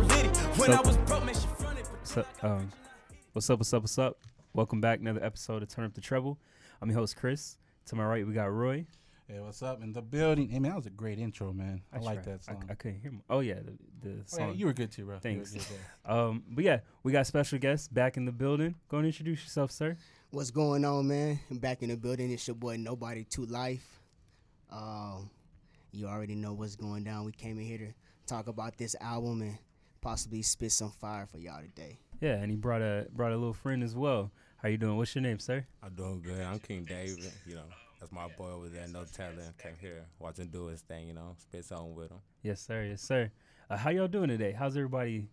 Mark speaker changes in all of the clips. Speaker 1: What's up? What's up? Um, what's up? What's up? What's up? Welcome back. Another episode of Turn Up the Treble. I'm your host, Chris. To my right, we got Roy.
Speaker 2: Hey, what's up in the building? Hey, man, that was a great intro, man. I, like
Speaker 1: tried.
Speaker 2: that song.
Speaker 1: I, I couldn't hear. My, oh yeah, the, the
Speaker 2: Oh, yeah,
Speaker 1: song.
Speaker 2: you were good too, bro. You were
Speaker 1: Thanks.
Speaker 2: good there.
Speaker 1: um, but yeah, we got special guests back in the building. Go and introduce yourself, sir.
Speaker 3: What's going on, man? I'm back in the building. It's your boy Nobody to Life. Um, you already know what's going down. We came in here to talk about this album and possibly spit some fire for y'all today.
Speaker 1: Yeah, and he brought a brought a little friend as well. How you doing? What's your name, sir?
Speaker 4: I'm doing good. I'm King David. You know, that's my boy over there. No talent. Came here, watch him do his thing. You know, spit something with him.
Speaker 1: Yes, sir. Yes, sir. Uh, how y'all doing today? How's everybody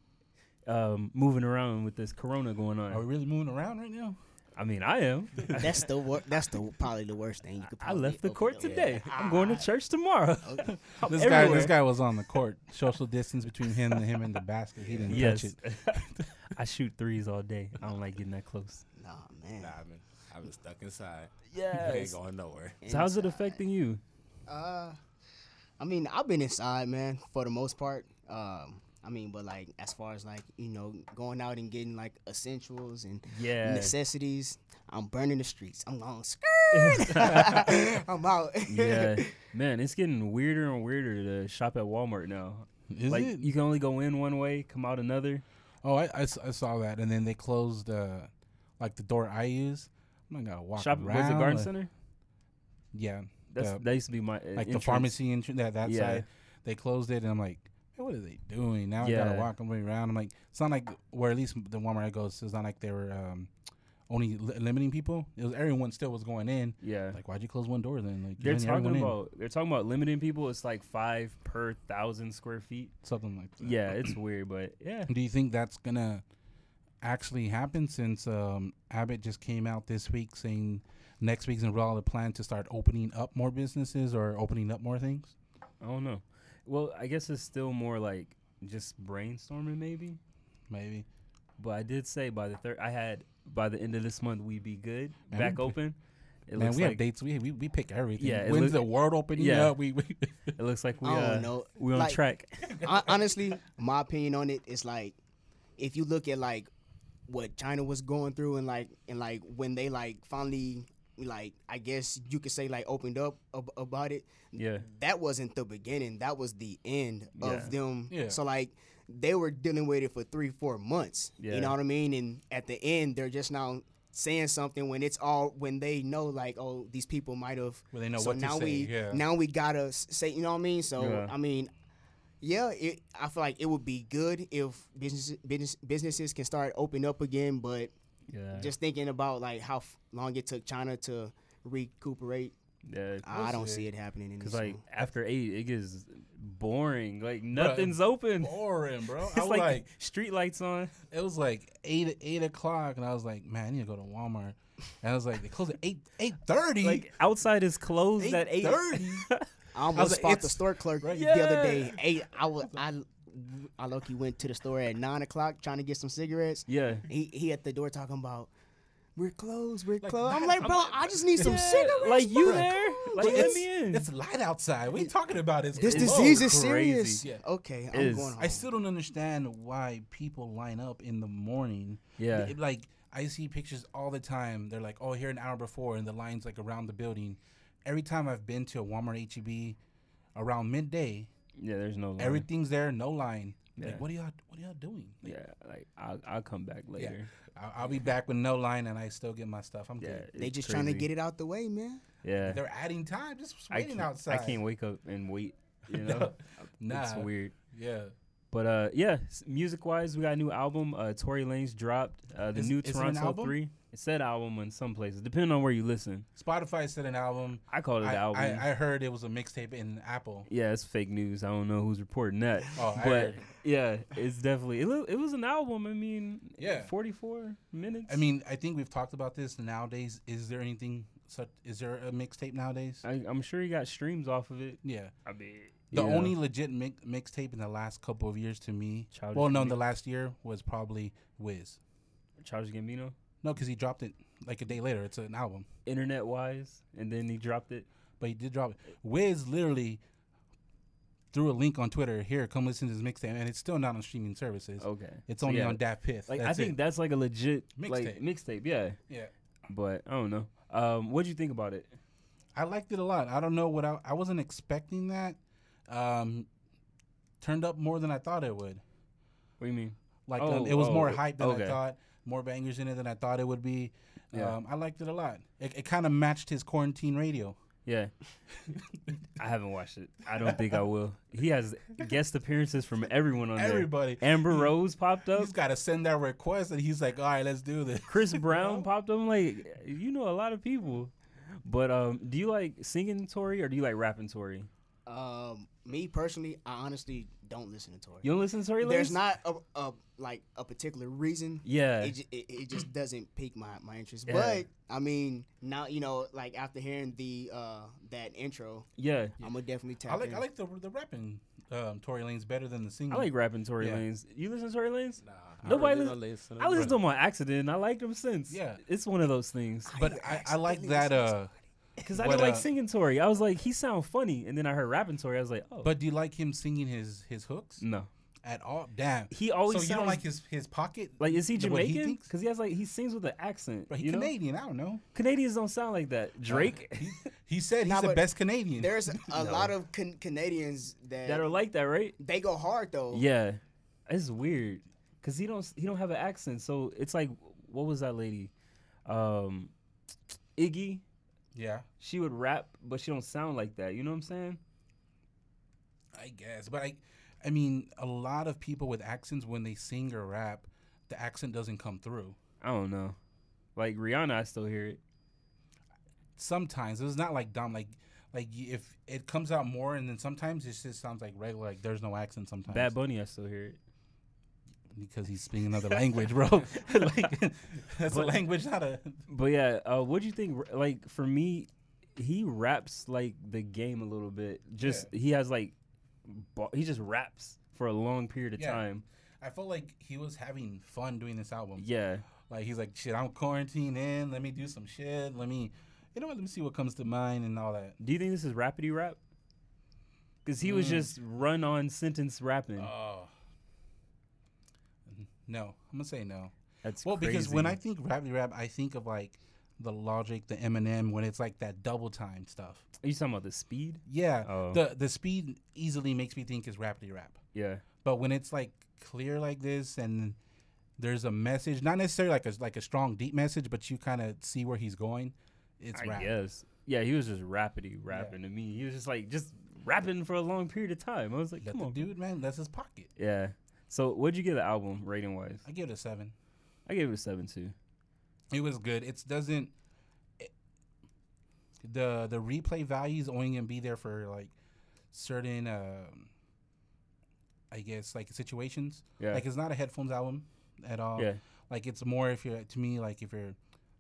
Speaker 1: um, moving around with this corona going on?
Speaker 2: Are we really moving around right now?
Speaker 1: I mean, I am.
Speaker 3: That's the wor- that's the probably the worst thing you could.
Speaker 1: I
Speaker 3: Probably
Speaker 1: left the
Speaker 3: over
Speaker 1: court
Speaker 3: there.
Speaker 1: today. I'm going to church tomorrow. I'm
Speaker 2: This guy,
Speaker 1: everywhere.
Speaker 2: this guy was on the court. Social distance between him and him and the basket. He didn't
Speaker 1: Yes.
Speaker 2: touch it.
Speaker 1: I shoot threes all day. I don't like getting that close.
Speaker 3: Nah, man.
Speaker 4: Nah, I've been, I've been stuck inside. I ain't
Speaker 1: Yes.
Speaker 4: going nowhere.
Speaker 1: So how's it affecting you?
Speaker 3: Uh, I mean, I've been inside, man, for the most part. Um, I mean, but like as far as like you know, going out and getting like essentials and
Speaker 1: Yeah.
Speaker 3: necessities, I'm burning the streets. I'm going skirt. I'm out.
Speaker 1: Yeah, man, it's getting weirder and weirder to shop at Walmart now.
Speaker 2: Is
Speaker 1: like
Speaker 2: it?
Speaker 1: you can only go in one way, come out another.
Speaker 2: Oh, I, I s- I saw that, and then they closed uh, like the door I use. I'm not gonna walk
Speaker 1: Shop
Speaker 2: around.
Speaker 1: was it Garden
Speaker 2: like-
Speaker 1: Center?
Speaker 2: Yeah,
Speaker 1: That's
Speaker 2: the-
Speaker 1: that used to be my uh,
Speaker 2: like the
Speaker 1: entrance.
Speaker 2: pharmacy entrance that that
Speaker 1: Yeah.
Speaker 2: side. They closed it, and I'm like, man, what are they doing? Now I
Speaker 1: Yeah.
Speaker 2: gotta walk all the way around. I'm like, it's not like where at least the Walmart I go, it's not like they were um, only li- limiting people. It was everyone still was going in.
Speaker 1: Yeah,
Speaker 2: Like, why'd you close one door then? Like, you
Speaker 1: they're
Speaker 2: letting
Speaker 1: talking
Speaker 2: everyone in.
Speaker 1: about they're talking about limiting people. It's like five per thousand square feet.
Speaker 2: something like that.
Speaker 1: Yeah, it's weird, but yeah,
Speaker 2: Do you think that's gonna actually happen since um, Abbott just came out this week saying next week's in Raw the plan to start opening up more businesses or opening up more things?
Speaker 1: I don't know. Well, I guess it's still more like just brainstorming, maybe.
Speaker 2: Maybe.
Speaker 1: But I did say by the third, I had by the end of this month we be good,
Speaker 2: Man,
Speaker 1: back
Speaker 2: we-
Speaker 1: open. It
Speaker 2: Man,
Speaker 1: looks
Speaker 2: we
Speaker 1: like
Speaker 2: have dates. We, we we pick everything.
Speaker 1: Yeah, it
Speaker 2: When's
Speaker 1: look-
Speaker 2: the world opening
Speaker 1: yeah.
Speaker 2: up? We, we
Speaker 1: it looks like we
Speaker 3: I don't
Speaker 1: uh,
Speaker 3: know.
Speaker 1: we on
Speaker 3: Like-
Speaker 1: track.
Speaker 3: Hon- Honestly, my opinion on it is like, if you look at like what China was going through and like and like when they like finally like I guess you could say like opened up ab- about it.
Speaker 1: Yeah.
Speaker 3: that wasn't the beginning. That was the end
Speaker 1: Yeah.
Speaker 3: of them.
Speaker 2: Yeah.
Speaker 3: So like they were dealing with it for three, four months.
Speaker 1: Yeah.
Speaker 3: You know what I mean? And at the end, they're just now saying something when it's all when they know like oh these people might have.
Speaker 2: Well, they know
Speaker 3: so
Speaker 2: what to
Speaker 3: now
Speaker 2: say,
Speaker 3: we
Speaker 2: yeah.
Speaker 3: now we gotta s- say you know what I mean. So
Speaker 1: Yeah.
Speaker 3: I mean. Yeah, it, I feel like it would be good if business, business businesses can start opening up again, but
Speaker 1: Yeah.
Speaker 3: just thinking about like how f- long it took China to recuperate,
Speaker 1: yeah.
Speaker 2: Oh,
Speaker 3: I don't see it happening. in
Speaker 1: Cause
Speaker 3: this
Speaker 1: like
Speaker 3: soon.
Speaker 1: after eight, it gets boring. Like nothing's open.
Speaker 2: Oh, boring, bro.
Speaker 1: It's like, street lights on.
Speaker 2: it was like eight eight o'clock, and I was like, man, I need to go to Walmart. And I was like, they close at eight eight thirty.
Speaker 1: Like outside is closed at eight.
Speaker 2: 8:30?
Speaker 3: I almost
Speaker 2: like,
Speaker 3: fought
Speaker 2: it's-
Speaker 3: the store clerk
Speaker 2: Right.
Speaker 3: the
Speaker 1: Yeah.
Speaker 3: other day. Eight, I was I, I low key went to the store at nine o'clock trying to get some cigarettes.
Speaker 1: yeah.
Speaker 3: He he at the door talking about we're closed, we're closed.
Speaker 2: that-
Speaker 3: I'm like, bro, i just need some
Speaker 1: Yeah,
Speaker 3: cigarettes.
Speaker 1: like you
Speaker 3: bro.
Speaker 1: there? Like
Speaker 2: But
Speaker 1: let
Speaker 2: it's,
Speaker 1: me in.
Speaker 2: it's light outside. What are you talking about? It's
Speaker 3: This
Speaker 2: closed.
Speaker 3: disease is
Speaker 1: crazy.
Speaker 3: serious.
Speaker 2: Yeah.
Speaker 3: Okay, I'm
Speaker 1: Is-
Speaker 3: going home.
Speaker 2: I still don't understand why people line up in the morning.
Speaker 1: Yeah.
Speaker 2: It- like I see pictures all the time. They're like, "Oh, here an hour before," and the lines like around the building. Every time I've been to a Walmart, HEB, around midday,
Speaker 1: yeah. There's no. Line.
Speaker 2: everything's there, no line.
Speaker 1: Yeah.
Speaker 2: Like, what are y'all? What are y'all doing? Like,
Speaker 1: Yeah. Like I'll, I'll come back later.
Speaker 2: I'll, I'll be back with no line, and I still get my stuff. I'm
Speaker 1: Yeah.
Speaker 2: good.
Speaker 3: they just trying to get it out the way, man.
Speaker 1: Yeah.
Speaker 2: They're adding time, just
Speaker 1: I
Speaker 2: waiting
Speaker 1: can't,
Speaker 2: outside.
Speaker 1: I can't wake up and wait. You know,
Speaker 2: No.
Speaker 1: it's
Speaker 2: Nah.
Speaker 1: weird.
Speaker 2: Yeah.
Speaker 1: But uh, yeah, music wise, we got a new album. Uh, Tory Lanez dropped uh, the
Speaker 2: Is-
Speaker 1: new
Speaker 2: is it an
Speaker 1: Toronto
Speaker 2: album?
Speaker 1: Three. It said album in some places, depending on where you listen.
Speaker 2: Spotify said an album.
Speaker 1: I called it
Speaker 2: I,
Speaker 1: album.
Speaker 2: I, I heard it was a mixtape in Apple.
Speaker 1: yeah, it's fake news. I don't know who's reporting that.
Speaker 2: Oh, I
Speaker 1: but
Speaker 2: heard.
Speaker 1: yeah, it's definitely it, lo- it was an album. I mean,
Speaker 2: Yeah.
Speaker 1: forty four minutes.
Speaker 2: I mean, I think we've talked about this nowadays. Is there anything such? Is there a mixtape nowadays?
Speaker 1: I, I'm sure he got streams off of it.
Speaker 2: yeah.
Speaker 1: I mean,
Speaker 2: The
Speaker 1: yeah.
Speaker 2: only legit mi- mixtape in the last couple of years to me,
Speaker 1: Childish
Speaker 2: well, no, in
Speaker 1: Gambino.
Speaker 2: the last year was probably Wiz.
Speaker 1: Childish Gambino,
Speaker 2: No, because he dropped it like a day later. It's an album,
Speaker 1: internet wise, and then he dropped it.
Speaker 2: but he did drop it. Wiz literally threw a link on Twitter. Here, come listen to this mixtape, and it's still not on streaming services.
Speaker 1: Okay.
Speaker 2: It's
Speaker 1: So,
Speaker 2: only
Speaker 1: yeah,
Speaker 2: on Dat Pith.
Speaker 1: Like I
Speaker 2: That's
Speaker 1: think
Speaker 2: it.
Speaker 1: that's like a legit
Speaker 2: Mixtape.
Speaker 1: like mixtape, yeah.
Speaker 2: yeah.
Speaker 1: But I don't know. Um, what'd you think about it?
Speaker 2: I liked it a lot. I don't know what I, I wasn't expecting that. Um, turned up more than I thought it would.
Speaker 1: What do you mean?
Speaker 2: Like
Speaker 1: Oh,
Speaker 2: um, it was
Speaker 1: oh,
Speaker 2: more hype than I
Speaker 1: okay.
Speaker 2: thought. More bangers in it than I thought it would be.
Speaker 1: Yeah.
Speaker 2: Um, I liked it a lot. It, it kind of matched his quarantine radio.
Speaker 1: Yeah. I haven't watched it. I don't think I will. He has guest appearances from everyone on
Speaker 2: Everybody.
Speaker 1: there. Amber Rose popped up.
Speaker 2: He's got to send that request, and he's like, "All right, let's do this."
Speaker 1: Chris Brown popped up. I'm like, you know a lot of people. But um, do you like singing Tory or do you like rapping Tory?
Speaker 3: Um, me personally, I honestly don't listen to Tory.
Speaker 1: You don't listen to Tory
Speaker 3: There's
Speaker 1: Lanez?
Speaker 3: not a, a like a particular reason.
Speaker 1: Yeah.
Speaker 3: It, ju- it, it just doesn't pique my, my interest.
Speaker 1: Yeah.
Speaker 3: But I mean, now you know, like after hearing the uh that intro,
Speaker 1: Yeah.
Speaker 3: I'm gonna definitely tap
Speaker 2: I like
Speaker 3: in.
Speaker 2: I like the the rapping. Um, Tory Lane's better than the singing.
Speaker 1: I like rapping Tory
Speaker 2: Yeah.
Speaker 1: Lanez. You listen to Tory Lanez?
Speaker 4: Nah,
Speaker 1: Nobody
Speaker 4: I really don't listen.
Speaker 1: I listened to him on accident. and I liked him since.
Speaker 2: Yeah.
Speaker 1: It's one of those things.
Speaker 2: but
Speaker 3: You're
Speaker 2: I, I like
Speaker 3: accidentally
Speaker 2: that.
Speaker 3: listening to
Speaker 2: Uh,
Speaker 1: Because I
Speaker 2: But,
Speaker 1: didn't like
Speaker 2: uh,
Speaker 1: singing Tory. I was like, he sound funny. And then I heard rapping Tory. I was like, oh.
Speaker 2: but do you like him singing his his hooks
Speaker 1: no.
Speaker 2: at all? Damn.
Speaker 1: Mm. He always
Speaker 2: so you don't
Speaker 1: sounds-
Speaker 2: like his his pocket?
Speaker 1: Like, is he
Speaker 2: the way
Speaker 1: Jamaican?
Speaker 2: thinks?
Speaker 1: Because he, has like, he sings with an accent.
Speaker 2: But he's
Speaker 1: you know?
Speaker 2: Canadian. I don't know.
Speaker 1: Canadians don't sound like that. Drake?
Speaker 2: He, he said he's
Speaker 3: Nah,
Speaker 2: the
Speaker 3: but
Speaker 2: best Canadian.
Speaker 3: There's a lot of can- Canadians that,
Speaker 1: that are like that, right?
Speaker 3: they go hard though.
Speaker 1: Yeah, it's weird because he don't he don't have an accent. So it's like, what was that lady, um, Iggy?
Speaker 2: yeah,
Speaker 1: She would rap, but she don't sound like that. You know what I'm saying?
Speaker 2: I guess. But I, I mean, a lot of people with accents when they sing or rap, the accent doesn't come through.
Speaker 1: I don't know. Like Rihanna, I still hear it.
Speaker 2: Sometimes it's not like Dom. Like, like y- if it comes out more, and then sometimes it just sounds like regular. Like there's no accent sometimes.
Speaker 1: Bad Bunny, I still hear it.
Speaker 2: because he's speaking another language, bro. like, that's a
Speaker 1: But-
Speaker 2: language, not a.
Speaker 1: But yeah, uh, what do you think? Like for me, he raps like the game a little bit. Just he has like, ba- he just raps for a long period of
Speaker 2: Yeah.
Speaker 1: time.
Speaker 2: I felt like he was having fun doing this album.
Speaker 1: Yeah.
Speaker 2: Like he's like, shit, I'm quarantined in. Let me do some shit. Let me, you know, what, let me see what comes to mind and all that.
Speaker 1: Do you think this is rapidy rap? Because he
Speaker 2: Mm.
Speaker 1: was just run on sentence rapping.
Speaker 2: Oh. Mm-hmm. No, I'm gonna say no.
Speaker 1: That's
Speaker 2: well, because when I
Speaker 1: crazy.
Speaker 2: think rap rap, I think of like the logic, the Eminem, when it's like that double time stuff.
Speaker 1: are you talking about the speed?
Speaker 2: Yeah,
Speaker 1: Oh.
Speaker 2: the the speed easily makes me think is rapidly rap.
Speaker 1: Yeah,
Speaker 2: But when it's like clear like this and there's a message, not necessarily like a like a strong deep message, but you kind of see where he's going. It's
Speaker 1: I
Speaker 2: rap.
Speaker 1: guess. Yeah, he was just rapidy rapping to me. He was just like just rapping for a long period of time. I was like,
Speaker 2: Let
Speaker 1: come
Speaker 2: the
Speaker 1: on,
Speaker 2: dude, man, that's his pocket.
Speaker 1: Yeah. So what'd you give the album rating wise?
Speaker 2: I give it a seven.
Speaker 1: I gave it a seven too.
Speaker 2: It was good. It doesn't. It, the The replay value is only gonna be there for like certain, um, I guess, like situations.
Speaker 1: Yeah.
Speaker 2: Like it's not a headphones album at all.
Speaker 1: Yeah.
Speaker 2: Like it's more if you're to me like if you're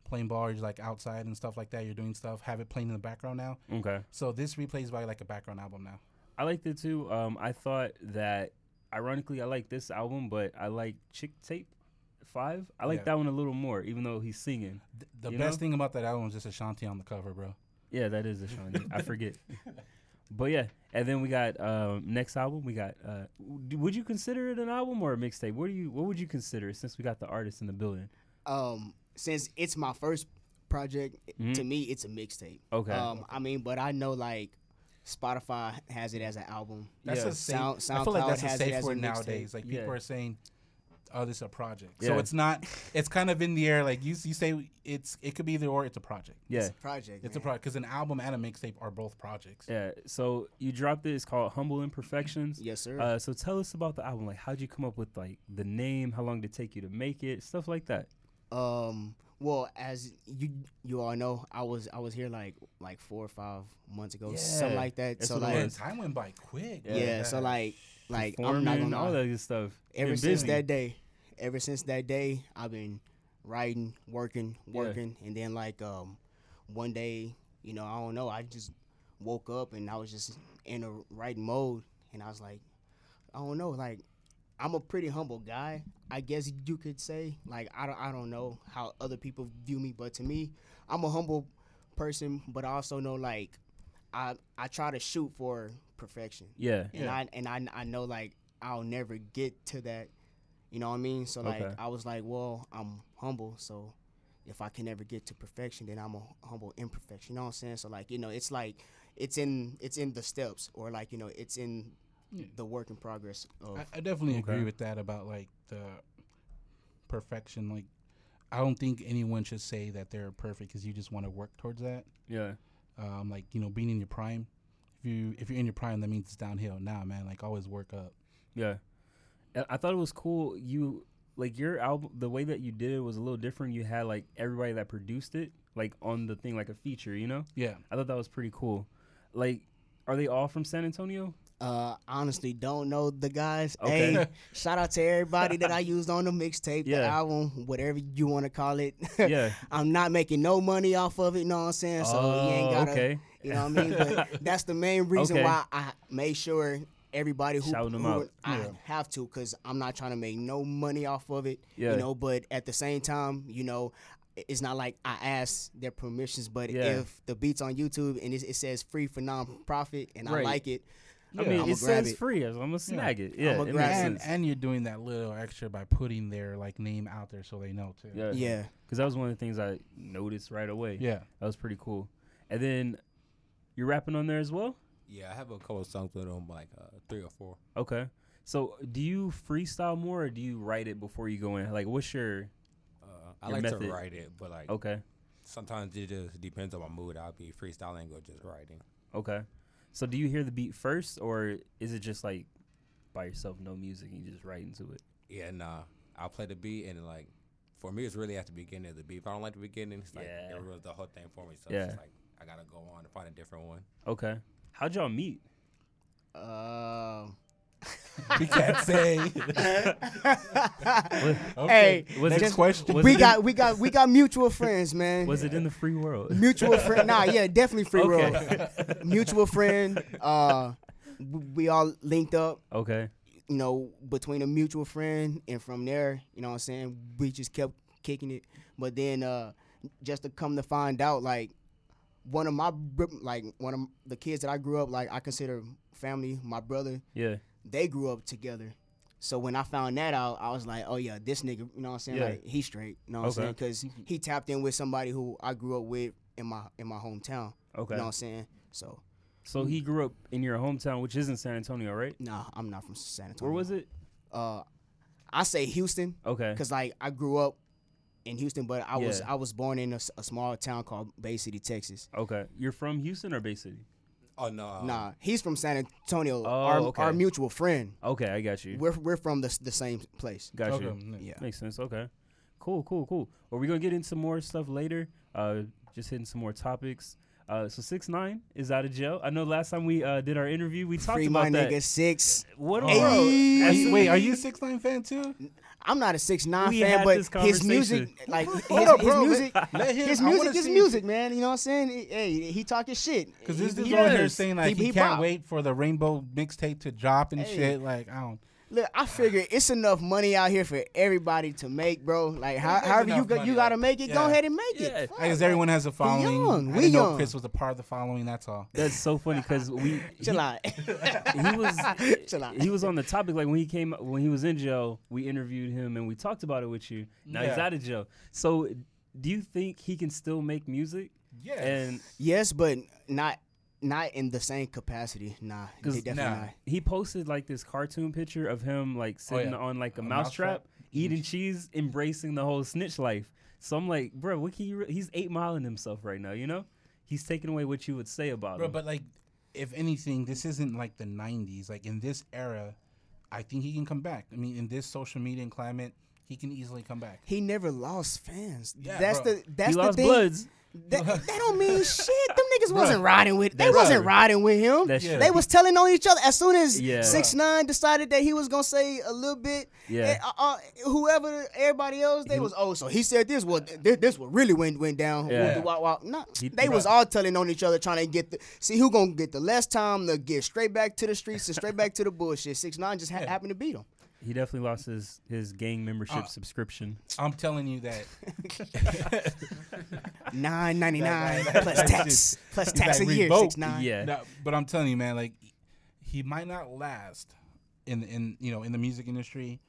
Speaker 2: playing ball, you're like outside and stuff like that. You're doing stuff. Have it playing in the background now.
Speaker 1: Okay.
Speaker 2: So this replays by like a background album now.
Speaker 1: I liked it too. Um, I thought that ironically I like this album, but I like Chick Tape Five. I like
Speaker 2: Yeah.
Speaker 1: that one a little more, even though he's singing.
Speaker 2: Th- the
Speaker 1: You
Speaker 2: best
Speaker 1: know?
Speaker 2: thing about that album is just Ashanti on the cover, bro.
Speaker 1: Yeah, that is a Shawnee. I forget. But yeah, and then we got um, next album. We got. Uh, d- would you consider it an album or a mixtape? What do you? What would you consider it since we got the artist in the building?
Speaker 3: Um, since it's my first project, i-
Speaker 1: Mhm.
Speaker 3: to me it's a mixtape.
Speaker 1: Okay.
Speaker 3: Um, I mean, but I know like Spotify has it as an album.
Speaker 2: That's
Speaker 1: Yeah.
Speaker 2: a safe.
Speaker 3: Sound-
Speaker 2: I feel like
Speaker 3: SoundCloud
Speaker 2: that's a
Speaker 3: has it
Speaker 2: safe
Speaker 3: as a
Speaker 2: word
Speaker 3: mixtape.
Speaker 2: nowadays. Like people
Speaker 1: Yeah.
Speaker 2: are saying, "Oh, this is a project." So
Speaker 1: Yeah.
Speaker 2: it's not. It's kind of in the air. Like you, you say it's. It could be either or. It's a project.
Speaker 1: Yeah,
Speaker 3: Project.
Speaker 2: It's a
Speaker 3: man.
Speaker 2: project because an album and a mixtape are both projects.
Speaker 1: yeah. So you dropped it. It's called Humble Imperfections.
Speaker 3: Yes, sir.
Speaker 1: Uh, so tell us about the album. Like, how'd you come up with like the name? How long did it take you to make it? Stuff like that.
Speaker 3: Um, well, as you you all know, I was I was here like like four or five months ago, something
Speaker 1: Yeah,
Speaker 3: like that.
Speaker 1: that's
Speaker 3: so
Speaker 1: what it
Speaker 3: like,
Speaker 2: Man,
Speaker 1: was.
Speaker 2: time went by quick.
Speaker 3: yeah, so
Speaker 2: that.
Speaker 3: like like I'm not
Speaker 1: Performing,
Speaker 3: gonna
Speaker 1: all
Speaker 3: lie.
Speaker 1: that good stuff.
Speaker 3: Ever
Speaker 1: Been
Speaker 3: since
Speaker 1: busy.
Speaker 3: that day, ever since that day, I've been writing, working, working, and then like um, one day, you know, I don't know, I just woke up and I was just in a writing mode, and I was like, I don't know, like I'm a pretty humble guy, I guess you could say. Like I don't I don't know how other people view me, but to me, I'm a humble person, but I also know like I I try to shoot for perfection.
Speaker 1: Yeah.
Speaker 3: and
Speaker 2: Yeah.
Speaker 3: I and I I know like I'll never get to that. You know what I mean? So like
Speaker 1: Okay.
Speaker 3: I was like, well, I'm humble, so if I can never get to perfection, then I'm a humble imperfection. You know what I'm saying? So like you know, it's like it's in it's in the steps, or like you know, it's in
Speaker 2: Yeah.
Speaker 3: the work in progress. Of,
Speaker 2: I, I definitely agree
Speaker 1: Okay.
Speaker 2: with that about like the perfection. Like, I don't think anyone should say that they're perfect because you just want to work towards that.
Speaker 1: Yeah.
Speaker 2: Um, like you know, being in your prime. If you if you're in your prime, that means it's downhill. Nah, man. Like always work up.
Speaker 1: Yeah, And I thought it was cool. You like your album, the way that you did it was a little different. You had like everybody that produced it, like on the thing, like a feature. You know,
Speaker 2: Yeah.
Speaker 1: I thought that was pretty cool. Like, are they all from San Antonio?
Speaker 3: uh, honestly, don't know the guys.
Speaker 1: Okay.
Speaker 3: Hey, shout out to everybody that I used on the mixtape,
Speaker 1: Yeah.
Speaker 3: the album, whatever you want to call it.
Speaker 1: Yeah.
Speaker 3: I'm not making no money off of it. You know what I'm saying? So you ain't
Speaker 1: Oh,
Speaker 3: gotta.
Speaker 1: okay.
Speaker 3: You know what I mean? But that's the main reason
Speaker 1: Okay.
Speaker 3: why I made sure everybody who,
Speaker 1: Shouting 'em
Speaker 3: who
Speaker 1: out.
Speaker 3: I
Speaker 2: Yeah.
Speaker 3: have to, because I'm not trying to make no money off of it.
Speaker 1: Yeah.
Speaker 3: You know, but at the same time, you know, i- it's not like I asked their permissions. But
Speaker 1: Yeah.
Speaker 3: if the beat's on YouTube and it, it says free for non-profit and I
Speaker 1: Right.
Speaker 3: like it,
Speaker 1: I mean,
Speaker 3: I'ma
Speaker 1: it
Speaker 3: grab
Speaker 1: says
Speaker 3: it.
Speaker 1: free. I'm gonna snag it. Yeah,
Speaker 3: I'ma
Speaker 1: it
Speaker 3: grab
Speaker 1: makes
Speaker 3: it.
Speaker 2: And,
Speaker 1: sense.
Speaker 2: and you're doing that little extra by putting their like name out there so they know too.
Speaker 1: yeah,
Speaker 3: yeah.
Speaker 1: Because that was one of the things I noticed right away.
Speaker 2: Yeah.
Speaker 1: that was pretty cool. And then you're rapping on there as well.
Speaker 4: Yeah, I have a couple songs with them, like uh, three or four.
Speaker 1: Okay. So, do you freestyle more, or do you write it before you go in? Like, what's your
Speaker 4: Uh, I
Speaker 1: Your
Speaker 4: like
Speaker 1: method.
Speaker 4: to write it, but like
Speaker 1: okay?
Speaker 4: sometimes it just depends on my mood. I'll be freestyling or just writing.
Speaker 1: Okay. So do you hear the beat first, or is it just like by yourself, no music, and you just write into it?
Speaker 4: Yeah, nah. I'll play the beat and like for me it's really at the beginning of the beat. If I don't like the beginning, it's like
Speaker 1: Yeah.
Speaker 4: it ruins the whole thing for me. So
Speaker 1: Yeah.
Speaker 4: it's just like I gotta go on and find a different one.
Speaker 1: Okay. How'd y'all meet?
Speaker 3: Uh,
Speaker 2: we can't say.
Speaker 3: Hey,
Speaker 1: Was it,
Speaker 2: Next question.
Speaker 1: was
Speaker 3: we
Speaker 1: it
Speaker 3: got we got we got mutual friends, man.
Speaker 1: in, was it in the free world?
Speaker 3: mutual friend? Nah, yeah, definitely free world.
Speaker 1: okay.
Speaker 3: Mutual friend. Uh, w- we all linked up.
Speaker 1: okay.
Speaker 3: You know, between a mutual friend and from there, you know what I'm saying. We just kept kicking it, but then uh, just to come to find out, like one of my br- like one of the kids that I grew up like I consider family, my brother.
Speaker 1: Yeah.
Speaker 3: they grew up together. So when I found that out, I was like, oh yeah, this nigga, you know what I'm saying?
Speaker 1: Yeah.
Speaker 3: Like he straight, you know what I'm saying?
Speaker 1: Okay.
Speaker 3: Because he tapped in with somebody who I grew up with in my in my hometown.
Speaker 1: Okay.
Speaker 3: You know what I'm saying? So
Speaker 1: So he grew up in your hometown, which isn't San Antonio, right?
Speaker 3: nah, I'm not from San Antonio.
Speaker 1: Where was it?
Speaker 3: Uh, I say Houston
Speaker 1: Okay.
Speaker 3: because like I grew up in Houston, but I was
Speaker 1: Yeah.
Speaker 3: I was born in a, s- a small town called Bay City, Texas.
Speaker 1: Okay. You're from Houston or Bay City?
Speaker 4: Oh no. um,
Speaker 3: nah, he's from San Antonio.
Speaker 1: Oh,
Speaker 3: our,
Speaker 1: okay.
Speaker 3: our mutual friend.
Speaker 1: Okay, I got you.
Speaker 3: We're we're from the s- the same place.
Speaker 1: Got you.
Speaker 2: yeah.
Speaker 3: Yeah.
Speaker 1: Makes sense. Okay. Cool, cool, cool. Are we gonna get into more stuff later? Uh, just hitting some more topics. Uh, so six nine is out of jail. I know last time we uh, did our interview, we talked
Speaker 3: Free
Speaker 1: about
Speaker 3: my
Speaker 1: that.
Speaker 3: nigga six.
Speaker 1: What a
Speaker 2: Hey.
Speaker 1: bro.
Speaker 2: Are
Speaker 1: As
Speaker 2: you-
Speaker 1: soon
Speaker 2: wait,
Speaker 1: as
Speaker 2: are
Speaker 1: he-
Speaker 2: you a six nine fan too?
Speaker 3: I'm not a six nine
Speaker 1: We
Speaker 3: fan,
Speaker 1: had
Speaker 3: but
Speaker 1: this
Speaker 3: his music,
Speaker 1: conversation.
Speaker 3: like his,
Speaker 2: Hold up,
Speaker 3: his
Speaker 2: bro.
Speaker 3: music,
Speaker 2: Let- let him-
Speaker 3: his
Speaker 2: I wanna
Speaker 3: music is
Speaker 2: see-
Speaker 3: music, man. You know what I'm saying? Hey, he talking shit.
Speaker 2: Because
Speaker 3: He-
Speaker 2: this dude
Speaker 3: he-
Speaker 2: over here
Speaker 1: yes.
Speaker 2: saying like he,
Speaker 3: He- he
Speaker 2: can't
Speaker 3: pop.
Speaker 2: wait for the Rainbow mixtape to drop and
Speaker 3: Hey.
Speaker 2: shit. Like I don't.
Speaker 3: Look, I figure it's enough money out here for everybody to make, bro. Like how,
Speaker 2: is
Speaker 3: however you
Speaker 2: enough
Speaker 3: go, you
Speaker 2: money
Speaker 3: gotta
Speaker 2: out-
Speaker 3: make it.
Speaker 2: yeah.
Speaker 3: Go ahead and make
Speaker 1: Yeah.
Speaker 3: it.
Speaker 2: I guess everyone has a following.
Speaker 3: young,
Speaker 2: I
Speaker 3: we
Speaker 2: didn't know
Speaker 3: young.
Speaker 2: Chris was a part of the following. That's all.
Speaker 1: That's so funny because we he,
Speaker 3: Chill out.
Speaker 1: he was
Speaker 3: Chill out.
Speaker 1: he was on the topic like when he came when he was in jail. We interviewed him and we talked about it with you. Now he's
Speaker 2: Yeah.
Speaker 1: out of jail. So do you think he can still make music?
Speaker 2: Yes.
Speaker 1: And
Speaker 3: yes, but not not in the same capacity. Nah, they
Speaker 1: 'Cause-
Speaker 3: definitely
Speaker 2: Nah.
Speaker 3: not.
Speaker 1: he posted like this cartoon picture of him like sitting
Speaker 2: Oh, yeah.
Speaker 1: on like a,
Speaker 2: A
Speaker 1: mousetrap,
Speaker 2: mousetrap. Mm-hmm.
Speaker 1: eating cheese, embracing the whole snitch life. So I'm like, bro, what can you? Re-? He's eight miling himself right now. You know, he's taking away what you would say about
Speaker 2: Bro,
Speaker 1: him.
Speaker 2: but like, if anything, this isn't like the '90s. Like in this era, I think he can come back. I mean, in this social media and climate, he can easily come back.
Speaker 3: He never lost fans.
Speaker 2: Yeah,
Speaker 3: that's
Speaker 2: bro.
Speaker 3: the that's
Speaker 1: he
Speaker 3: the
Speaker 1: lost
Speaker 3: thing.
Speaker 1: bloods.
Speaker 3: That, that don't mean shit. Them niggas wasn't riding with. They
Speaker 1: That's
Speaker 3: wasn't
Speaker 1: true.
Speaker 3: riding with him.
Speaker 1: That's
Speaker 2: Yeah.
Speaker 1: true.
Speaker 3: They was telling on each other. As soon as
Speaker 1: Yeah.
Speaker 3: six nine decided that he was gonna say a little bit,
Speaker 1: Yeah.
Speaker 3: eh, uh, uh, whoever everybody else, they was oh, so he said this. Well, th- th- this what really went went down.
Speaker 1: Yeah.
Speaker 3: Woo, wah, wah. Nah,
Speaker 1: He-
Speaker 3: they was all telling on each other, trying to get the see who gonna get the less time to get straight back to the streets and straight back to the bullshit. Six nine just ha- happened to beat him.
Speaker 1: He definitely lost his his gang membership
Speaker 2: Uh,
Speaker 1: subscription.
Speaker 2: I'm telling you that.
Speaker 3: Nine ninety nine
Speaker 2: That- that-
Speaker 3: plus
Speaker 2: that
Speaker 3: tax plus tax a
Speaker 2: like
Speaker 3: year.
Speaker 2: revoked.
Speaker 3: Six nine.
Speaker 1: Yeah.
Speaker 2: No, but I'm telling you, man, like he might not last in in you know in the music industry,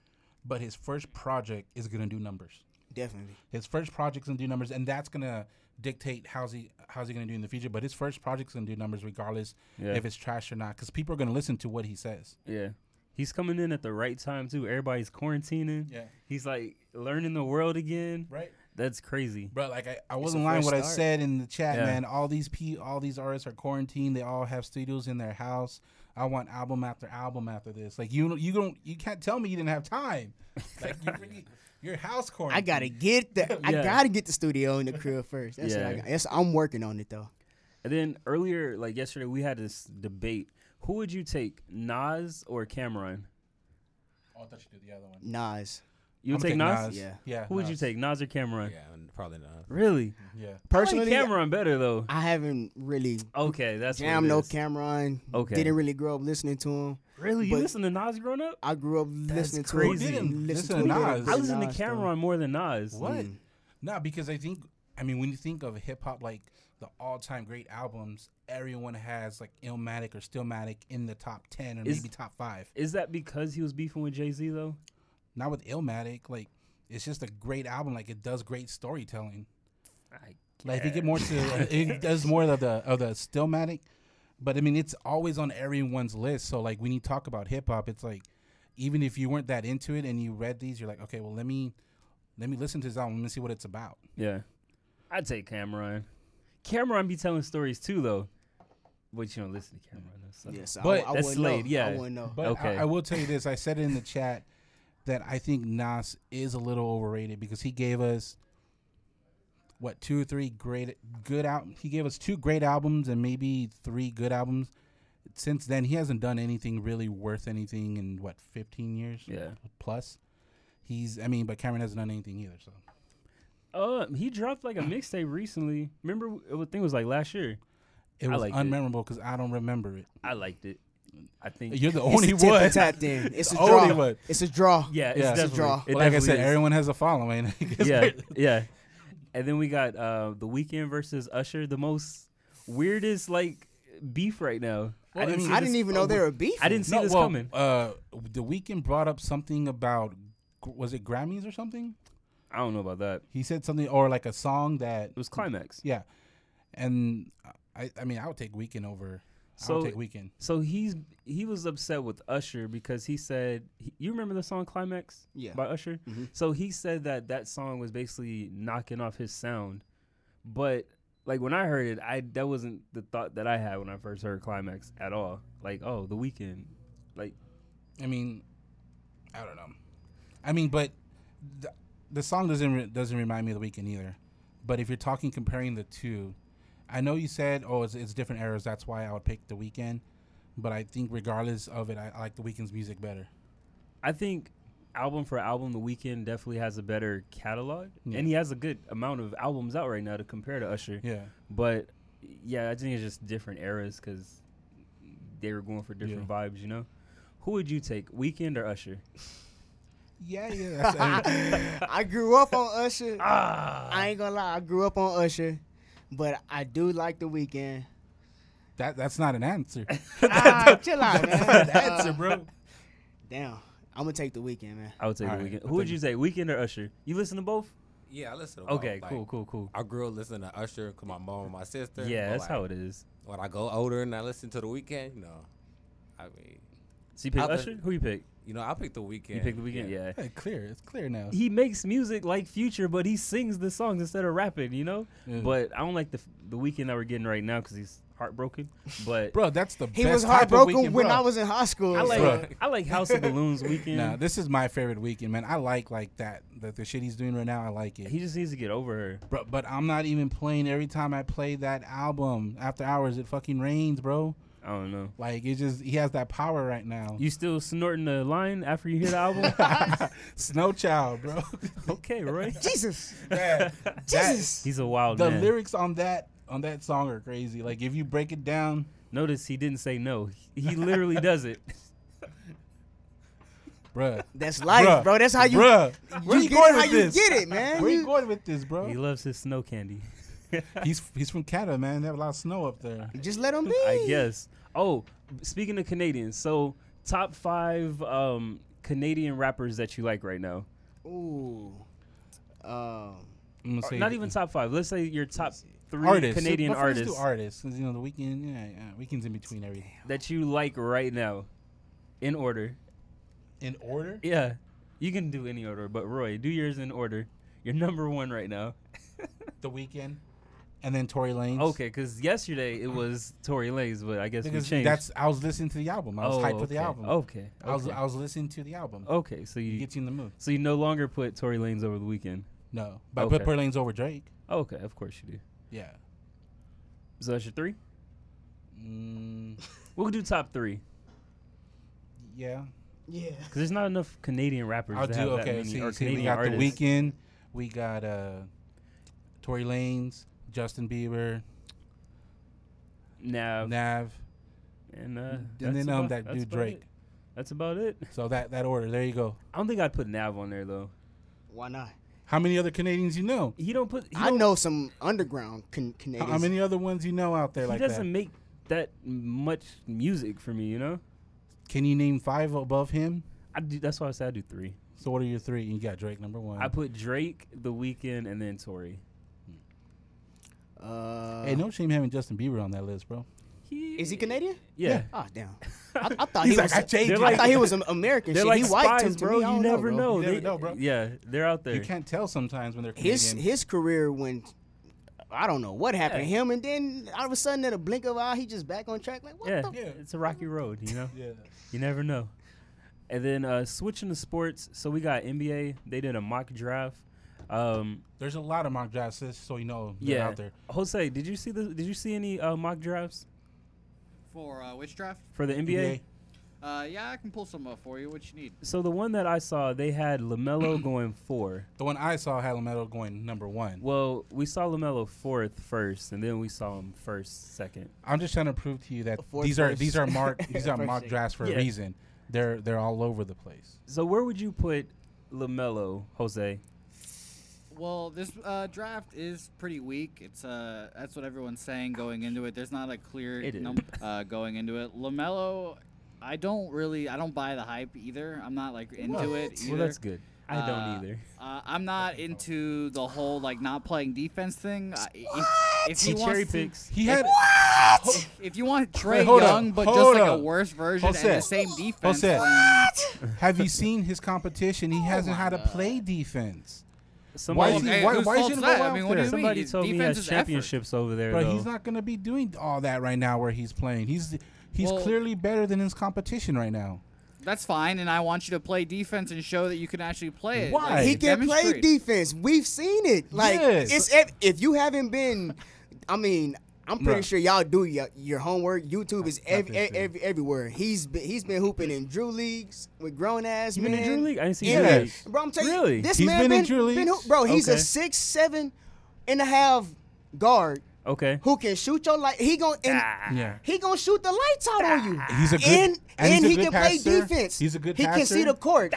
Speaker 2: but his first project is gonna do numbers.
Speaker 3: Definitely.
Speaker 2: His first project's gonna do numbers, and that's gonna dictate how's he how's he gonna do in the future. But his first project's gonna do numbers regardless
Speaker 1: Yeah.
Speaker 2: if it's trash or not, because people are gonna listen to what he says.
Speaker 1: Yeah. He's coming in at the right time too. Everybody's quarantining.
Speaker 2: Yeah.
Speaker 1: He's like learning the world again.
Speaker 2: Right,
Speaker 1: That's crazy.
Speaker 2: bro. Like I, I
Speaker 3: a
Speaker 2: wasn't lying.
Speaker 3: fresh
Speaker 2: What I
Speaker 3: start.
Speaker 2: said in the chat,
Speaker 1: Yeah.
Speaker 2: man. All these p, all these artists are quarantined. They all have studios in their house. I want album after album after this. Like you, you don't, you can't tell me you didn't have time. Like you really, your house
Speaker 3: I
Speaker 2: quarantined.
Speaker 3: gotta get the I
Speaker 1: Yeah.
Speaker 3: gotta get the studio in the crib first. That's what I
Speaker 1: Yeah.
Speaker 3: got. That's, I'm working on it though.
Speaker 1: And then earlier, like yesterday, we had this debate. Who would you take, Nas or Cameron?
Speaker 2: Oh, I thought you did the other one.
Speaker 3: Nas.
Speaker 1: You would
Speaker 2: I'ma
Speaker 1: take, Nas?
Speaker 3: Yeah.
Speaker 2: Yeah.
Speaker 1: Who would you
Speaker 2: Nas.
Speaker 1: take, Nas or Cameron?
Speaker 4: Yeah, and probably not.
Speaker 1: Really?
Speaker 2: Yeah.
Speaker 1: Personally,
Speaker 3: Personally,
Speaker 1: Cameron better though.
Speaker 3: I haven't really
Speaker 1: Okay, that's what
Speaker 3: jammed
Speaker 1: it
Speaker 3: no
Speaker 1: is.
Speaker 3: Cameron.
Speaker 1: Okay.
Speaker 3: Didn't really grow up listening to him.
Speaker 1: Really, you
Speaker 3: but-
Speaker 1: listen to Nas growing up?
Speaker 3: I grew up listening to
Speaker 1: crazy. Who
Speaker 3: him.
Speaker 2: didn't
Speaker 3: Listened
Speaker 2: listen to
Speaker 3: him, didn't
Speaker 1: I
Speaker 2: Nas? Yeah,
Speaker 3: really
Speaker 1: listen to
Speaker 3: Nas, though.
Speaker 1: Cameron more than Nas.
Speaker 2: What?
Speaker 3: Mm.
Speaker 2: No, because I think I mean when you think of hip hop, like the all time great albums, everyone has like Illmatic or Stillmatic in the top ten or
Speaker 1: Is-
Speaker 2: maybe top five.
Speaker 1: Is that because he was beefing with Jay Z though?
Speaker 2: Not with Illmatic, like it's just a great album. Like it does great storytelling.
Speaker 1: I
Speaker 2: Like if you get more to uh, it does more of the of the Stillmatic, but I mean it's always on everyone's list. So like when you talk about hip hop, it's like even if you weren't that into it and you read these, you're like, okay, well let me let me listen to this album and see what it's about.
Speaker 1: Yeah. I'd take Cameron. Cameron be telling stories too though. But you don't listen to Cameron though. So.
Speaker 3: Yes,
Speaker 2: But
Speaker 3: I, I
Speaker 1: that's
Speaker 3: wouldn't
Speaker 1: Slade,
Speaker 3: know.
Speaker 1: yeah.
Speaker 3: I wouldn't know.
Speaker 2: But
Speaker 1: Okay.
Speaker 2: I, I will tell you this: I said it in the chat that I think Nas is a little overrated because he gave us what two or three great good out. He gave us two great albums and maybe three good albums. Since then, he hasn't done anything really worth anything in what fifteen years
Speaker 1: Yeah.
Speaker 2: plus. He's, I mean, but Cameron hasn't done anything either. So
Speaker 1: Uh, he dropped like a mixtape recently. Remember, w- it was, I think it was like last year.
Speaker 2: it
Speaker 1: I
Speaker 2: was
Speaker 1: liked it.
Speaker 2: unmemorable because I don't remember it.
Speaker 1: I liked it. I think.
Speaker 2: You're the
Speaker 3: It's
Speaker 2: only
Speaker 3: a tip
Speaker 2: one.
Speaker 3: and tap then. It's a
Speaker 2: The only
Speaker 3: draw.
Speaker 2: one.
Speaker 3: It's a draw.
Speaker 1: yeah, it's
Speaker 2: Yeah. It's a
Speaker 1: definitely.
Speaker 3: draw.
Speaker 1: it
Speaker 2: Well, like I
Speaker 1: definitely
Speaker 2: said,
Speaker 1: is.
Speaker 2: everyone has a following.
Speaker 1: Yeah, yeah. And then we got uh the weekend versus Usher, the most weirdest like beef right now.
Speaker 2: Well, I mean,
Speaker 1: see
Speaker 3: I didn't
Speaker 1: this-
Speaker 3: even know they were beefing.
Speaker 1: I didn't see
Speaker 2: No,
Speaker 1: this
Speaker 2: well,
Speaker 1: coming.
Speaker 2: Uh, the weekend brought up something about gr- was it Grammys or something?
Speaker 1: I don't know about that.
Speaker 2: He said something or like a song that
Speaker 1: It was climax.
Speaker 2: yeah, and I I mean I would take weekend over. I
Speaker 1: So-
Speaker 2: would take weekend.
Speaker 1: So he's he was upset with Usher because he said he- you remember the song Climax
Speaker 3: Yeah. Mm-hmm.
Speaker 1: by Usher. So he said that that song was basically knocking off his sound, but like when I heard it, I that wasn't the thought that I had when I first heard Climax at all. Like oh, the weekend, like
Speaker 2: I mean, I don't know. I mean, but the, the song doesn't re- doesn't remind me of the weekend either. But if you're talking comparing the two, I know you said oh it's, it's different eras. That's why I would pick the weekend. But I think regardless of it, I, I like the weekend's music better.
Speaker 1: I think album for album, The Weeknd definitely has a better catalog,
Speaker 2: Yeah.
Speaker 1: and he has a good amount of albums out right now to compare to Usher.
Speaker 2: Yeah.
Speaker 1: But yeah, I think it's just different eras because they were going for different vibes. You know, who would you take, Weekend or Usher?
Speaker 2: Yeah, yeah. That's, I mean,
Speaker 3: I grew up on Usher.
Speaker 1: Ah.
Speaker 3: I ain't gonna lie, I grew up on Usher, but I do like the weekend.
Speaker 2: That that's not an answer.
Speaker 3: ah, chill out, man.
Speaker 2: answer,
Speaker 3: Uh,
Speaker 2: bro.
Speaker 3: damn, I'm gonna take the weekend, man.
Speaker 1: I would take
Speaker 2: All
Speaker 1: The
Speaker 2: right,
Speaker 1: Weekend.
Speaker 2: I
Speaker 1: Who would
Speaker 2: think-
Speaker 1: you take, Weekend or Usher? You listen to both?
Speaker 4: Yeah, I listen. To both,
Speaker 1: Okay,
Speaker 4: like,
Speaker 1: cool, cool, cool.
Speaker 4: I grew up listening to Usher because my mom and my sister.
Speaker 1: Yeah,
Speaker 4: but,
Speaker 1: that's
Speaker 4: like,
Speaker 1: how it is.
Speaker 4: When I go older and I listen to the weekend, you know, I mean,
Speaker 1: So you pick
Speaker 4: I'll pick-
Speaker 1: Usher? Who you pick?
Speaker 4: you know, I picked the weekend.
Speaker 1: You pick The Weekend? Yeah.
Speaker 2: Hey, clear. It's clear now.
Speaker 1: He makes music like Future, but he sings the songs instead of rapping. You know.
Speaker 2: Yeah.
Speaker 1: But I don't like the the weekend that we're getting right now because he's heartbroken. But
Speaker 2: bro, that's the
Speaker 3: He
Speaker 2: best.
Speaker 3: was
Speaker 2: type of
Speaker 3: heartbroken
Speaker 2: weekend,
Speaker 3: when
Speaker 2: bro.
Speaker 3: I was in high school.
Speaker 1: I like
Speaker 2: Bruh.
Speaker 1: I like House of Balloons weekend.
Speaker 2: Nah, this is my favorite weekend, man. I like like that. Like the shit he's doing right now, I like it.
Speaker 1: he just needs to get over her.
Speaker 2: bro, but I'm not even playing every time I play that album. After hours, it fucking rains, bro.
Speaker 1: I don't know.
Speaker 2: Like it just he has that power right now.
Speaker 1: You still snorting the line after you hear the album?
Speaker 2: Snow Child, bro.
Speaker 1: okay, Roy.
Speaker 3: Jesus,
Speaker 2: Man,
Speaker 3: Jesus.
Speaker 1: He's a wild
Speaker 2: the
Speaker 1: man.
Speaker 2: lyrics on that on that song are crazy. Like if you break it down,
Speaker 1: Notice he didn't say no. He literally does it.
Speaker 2: bruh.
Speaker 3: That's life,
Speaker 2: Bruh.
Speaker 3: bro. That's how you.
Speaker 2: bruh. Where
Speaker 3: you
Speaker 2: you
Speaker 3: get
Speaker 2: going
Speaker 3: it
Speaker 2: with
Speaker 3: how you
Speaker 2: this?
Speaker 3: get it, man.
Speaker 2: Where you
Speaker 3: You-
Speaker 2: going with this,
Speaker 1: He
Speaker 2: bro?
Speaker 1: loves his snow candy.
Speaker 2: He's he's from Canada, man. They have a lot of snow up there.
Speaker 3: Just let them be.
Speaker 1: I guess. Oh, speaking of Canadians, so top five um, Canadian rappers that you like right now.
Speaker 3: Ooh. Um.
Speaker 2: I'm gonna say
Speaker 1: Uh, Not even top five. Let's say your top three
Speaker 2: artists.
Speaker 1: Canadian
Speaker 2: Let's- let's do
Speaker 1: artists
Speaker 2: artists, 'cause, you know the weekend. Yeah, yeah, weekends in between everything.
Speaker 1: that you like right now, in order.
Speaker 2: In order.
Speaker 1: Yeah, you can do any order, but Roy, do yours in order. You're number one right now.
Speaker 2: The weekend, and then Tory Lanez.
Speaker 1: Okay, because yesterday it was Tory Lanez, but I guess
Speaker 2: because
Speaker 1: we changed.
Speaker 2: that's I was listening to the album. I was hyped for the
Speaker 1: Oh, okay,
Speaker 2: album.
Speaker 1: Okay.
Speaker 2: I was
Speaker 1: okay.
Speaker 2: I was listening to the album.
Speaker 1: Okay, so
Speaker 2: It
Speaker 1: you
Speaker 2: gets you in the mood.
Speaker 1: so you no longer put Tory Lanez over the weekend.
Speaker 2: No, but I
Speaker 1: Okay.
Speaker 2: put Tory Lanez over Drake.
Speaker 1: Okay, of course you do.
Speaker 2: Yeah.
Speaker 1: So that's your three.
Speaker 2: Mm,
Speaker 1: We'll do top three
Speaker 2: yeah.
Speaker 3: Yeah.
Speaker 1: because there's not enough Canadian rappers.
Speaker 2: I'll
Speaker 1: that
Speaker 2: do
Speaker 1: have That
Speaker 2: okay.
Speaker 1: many,
Speaker 2: See,
Speaker 1: or
Speaker 2: see, we
Speaker 1: Canadian
Speaker 2: got
Speaker 1: artists.
Speaker 2: the weekend. We got uh, Tory Lanez, Justin Bieber,
Speaker 1: Nav,
Speaker 2: Nav,
Speaker 1: and, uh,
Speaker 2: and
Speaker 1: that's
Speaker 2: then um
Speaker 1: about-
Speaker 2: that
Speaker 1: that's
Speaker 2: dude
Speaker 1: about
Speaker 2: Drake.
Speaker 1: it. That's about it.
Speaker 2: So that that order. There you go.
Speaker 1: I don't think I'd put Nav on there though.
Speaker 3: Why not?
Speaker 2: How many other Canadians you know?
Speaker 1: He don't put. He
Speaker 3: I
Speaker 1: don't-
Speaker 3: know some underground can-
Speaker 2: How,
Speaker 3: Canadians.
Speaker 2: how many other ones you know out there
Speaker 1: He
Speaker 2: like
Speaker 1: doesn't
Speaker 2: that?
Speaker 1: make that much music for me. You know.
Speaker 2: Can you name five above him?
Speaker 1: I do, that's why I said I do three.
Speaker 2: So what are your three? You got Drake number one.
Speaker 1: I put Drake, The Weeknd, and then Tory.
Speaker 3: Uh,
Speaker 2: hey, no shame having Justin Bieber on that list, bro.
Speaker 1: He,
Speaker 3: Is he Canadian?
Speaker 1: Yeah.
Speaker 3: Oh damn. I, I thought
Speaker 2: He's
Speaker 3: he
Speaker 2: like,
Speaker 3: was.
Speaker 2: I changed
Speaker 1: They're
Speaker 2: it.
Speaker 1: like-
Speaker 3: I thought he was an American.
Speaker 1: They're
Speaker 3: shit.
Speaker 1: like
Speaker 3: he white
Speaker 1: spies,
Speaker 3: to
Speaker 1: bro.
Speaker 3: Me. I
Speaker 1: You
Speaker 3: don't
Speaker 1: never
Speaker 3: bro.
Speaker 1: know.
Speaker 2: You never
Speaker 1: They-
Speaker 2: know, bro.
Speaker 1: Yeah, they're out there.
Speaker 2: You can't tell sometimes when they're Canadian.
Speaker 3: His his career when I don't know what happened to him, and then all of a sudden, in a blink of an eye, he just back on track. Like what
Speaker 1: yeah,
Speaker 3: the?
Speaker 2: Yeah.
Speaker 1: it's a rocky road, you know.
Speaker 2: yeah.
Speaker 1: You never know. And then uh, switching to sports, so we got NBA. They did a mock draft. Um,
Speaker 2: There's a lot of mock drafts, just so you know they're
Speaker 1: yeah,
Speaker 2: out there.
Speaker 1: Jose, did you see the? Did you see any uh, mock drafts
Speaker 5: For uh, which draft?
Speaker 1: for the NBA?
Speaker 2: NBA.
Speaker 5: Uh, yeah, I can pull some up for you. What you need?
Speaker 1: So the one that I saw, they had Lamelo going four.
Speaker 2: The one I saw had Lamelo going number one.
Speaker 1: Well, we saw Lamelo fourth first, and then we saw him first, second.
Speaker 2: I'm just trying to prove to you that
Speaker 3: Four
Speaker 2: these are
Speaker 3: first.
Speaker 2: these are mark these are
Speaker 3: First
Speaker 2: mock
Speaker 3: six.
Speaker 2: drafts for
Speaker 1: Yeah.
Speaker 2: a reason. They're they're all over the place.
Speaker 1: So where would you put Lamelo, Jose?
Speaker 5: Well, this uh, draft is pretty weak. It's uh, that's what everyone's saying going into it. There's not a clear
Speaker 1: It is.
Speaker 5: num- uh, going into it. Lamelo, I don't really, I don't buy the hype either. I'm not like into it either.
Speaker 1: Well, that's good. I
Speaker 5: Uh,
Speaker 1: don't either.
Speaker 5: Uh, I'm not into the whole like not playing defense thing. I If, if he
Speaker 1: He
Speaker 5: wants
Speaker 1: cherry
Speaker 5: to-
Speaker 1: picks.
Speaker 2: He had
Speaker 5: if you want Trey
Speaker 2: hold
Speaker 5: Young,
Speaker 2: up,
Speaker 5: but
Speaker 2: hold
Speaker 5: just like
Speaker 2: up.
Speaker 5: a worse version
Speaker 2: Jose,
Speaker 5: and the same defense,
Speaker 2: Jose.
Speaker 5: then
Speaker 2: have you seen his competition? He hasn't
Speaker 3: Oh my
Speaker 2: had to
Speaker 3: God.
Speaker 2: play defense.
Speaker 1: Somebody,
Speaker 2: is he-
Speaker 5: Hey,
Speaker 2: why-
Speaker 5: whose
Speaker 2: why is he
Speaker 5: fault's
Speaker 2: gonna go
Speaker 5: that? I
Speaker 2: out
Speaker 5: mean, what do
Speaker 2: there?
Speaker 5: you mean?
Speaker 1: somebody
Speaker 5: It's
Speaker 1: told me he
Speaker 5: defense
Speaker 1: has
Speaker 5: is effort.
Speaker 1: championships over there.
Speaker 2: But
Speaker 1: though.
Speaker 2: he's not going to be doing all that right now where he's playing. He's he's
Speaker 5: Well-
Speaker 2: clearly better than his competition right now.
Speaker 5: That's fine, and I want you to play defense and show that you can actually play it.
Speaker 2: Why?
Speaker 5: Like,
Speaker 2: Hey,
Speaker 3: He can play
Speaker 5: demonstrate.
Speaker 3: defense. We've seen it. Like
Speaker 2: Yes.
Speaker 3: it's if, if you haven't been, I mean, I'm pretty
Speaker 2: Bruh.
Speaker 3: sure y'all do your, your homework. YouTube is
Speaker 2: I've
Speaker 3: ev-
Speaker 2: been
Speaker 3: ev-
Speaker 2: through.
Speaker 3: ev- everywhere. He's been, he's been hooping in Drew leagues with grown ass
Speaker 1: You
Speaker 3: men.
Speaker 1: been in Drew League? I didn't see
Speaker 2: Yeah.
Speaker 1: Drew League.
Speaker 3: Bro, I'm telling
Speaker 1: Really?
Speaker 3: you, this
Speaker 2: He's
Speaker 3: man
Speaker 2: been
Speaker 3: been,
Speaker 2: in Drew
Speaker 3: been
Speaker 2: leagues?
Speaker 3: hoop- bro. He's
Speaker 1: Okay.
Speaker 3: a six, seven and a half guard
Speaker 1: Okay.
Speaker 3: who can shoot your light. He gon' and
Speaker 1: Ah.
Speaker 2: Yeah. Ah.
Speaker 3: he gonna shoot the lights out on you.
Speaker 2: He's a good-
Speaker 3: and
Speaker 2: and he's
Speaker 3: and
Speaker 2: a
Speaker 3: he
Speaker 2: good
Speaker 3: can
Speaker 2: passer.
Speaker 3: play defense.
Speaker 2: He's a good
Speaker 3: He can see
Speaker 2: passer.
Speaker 3: the court.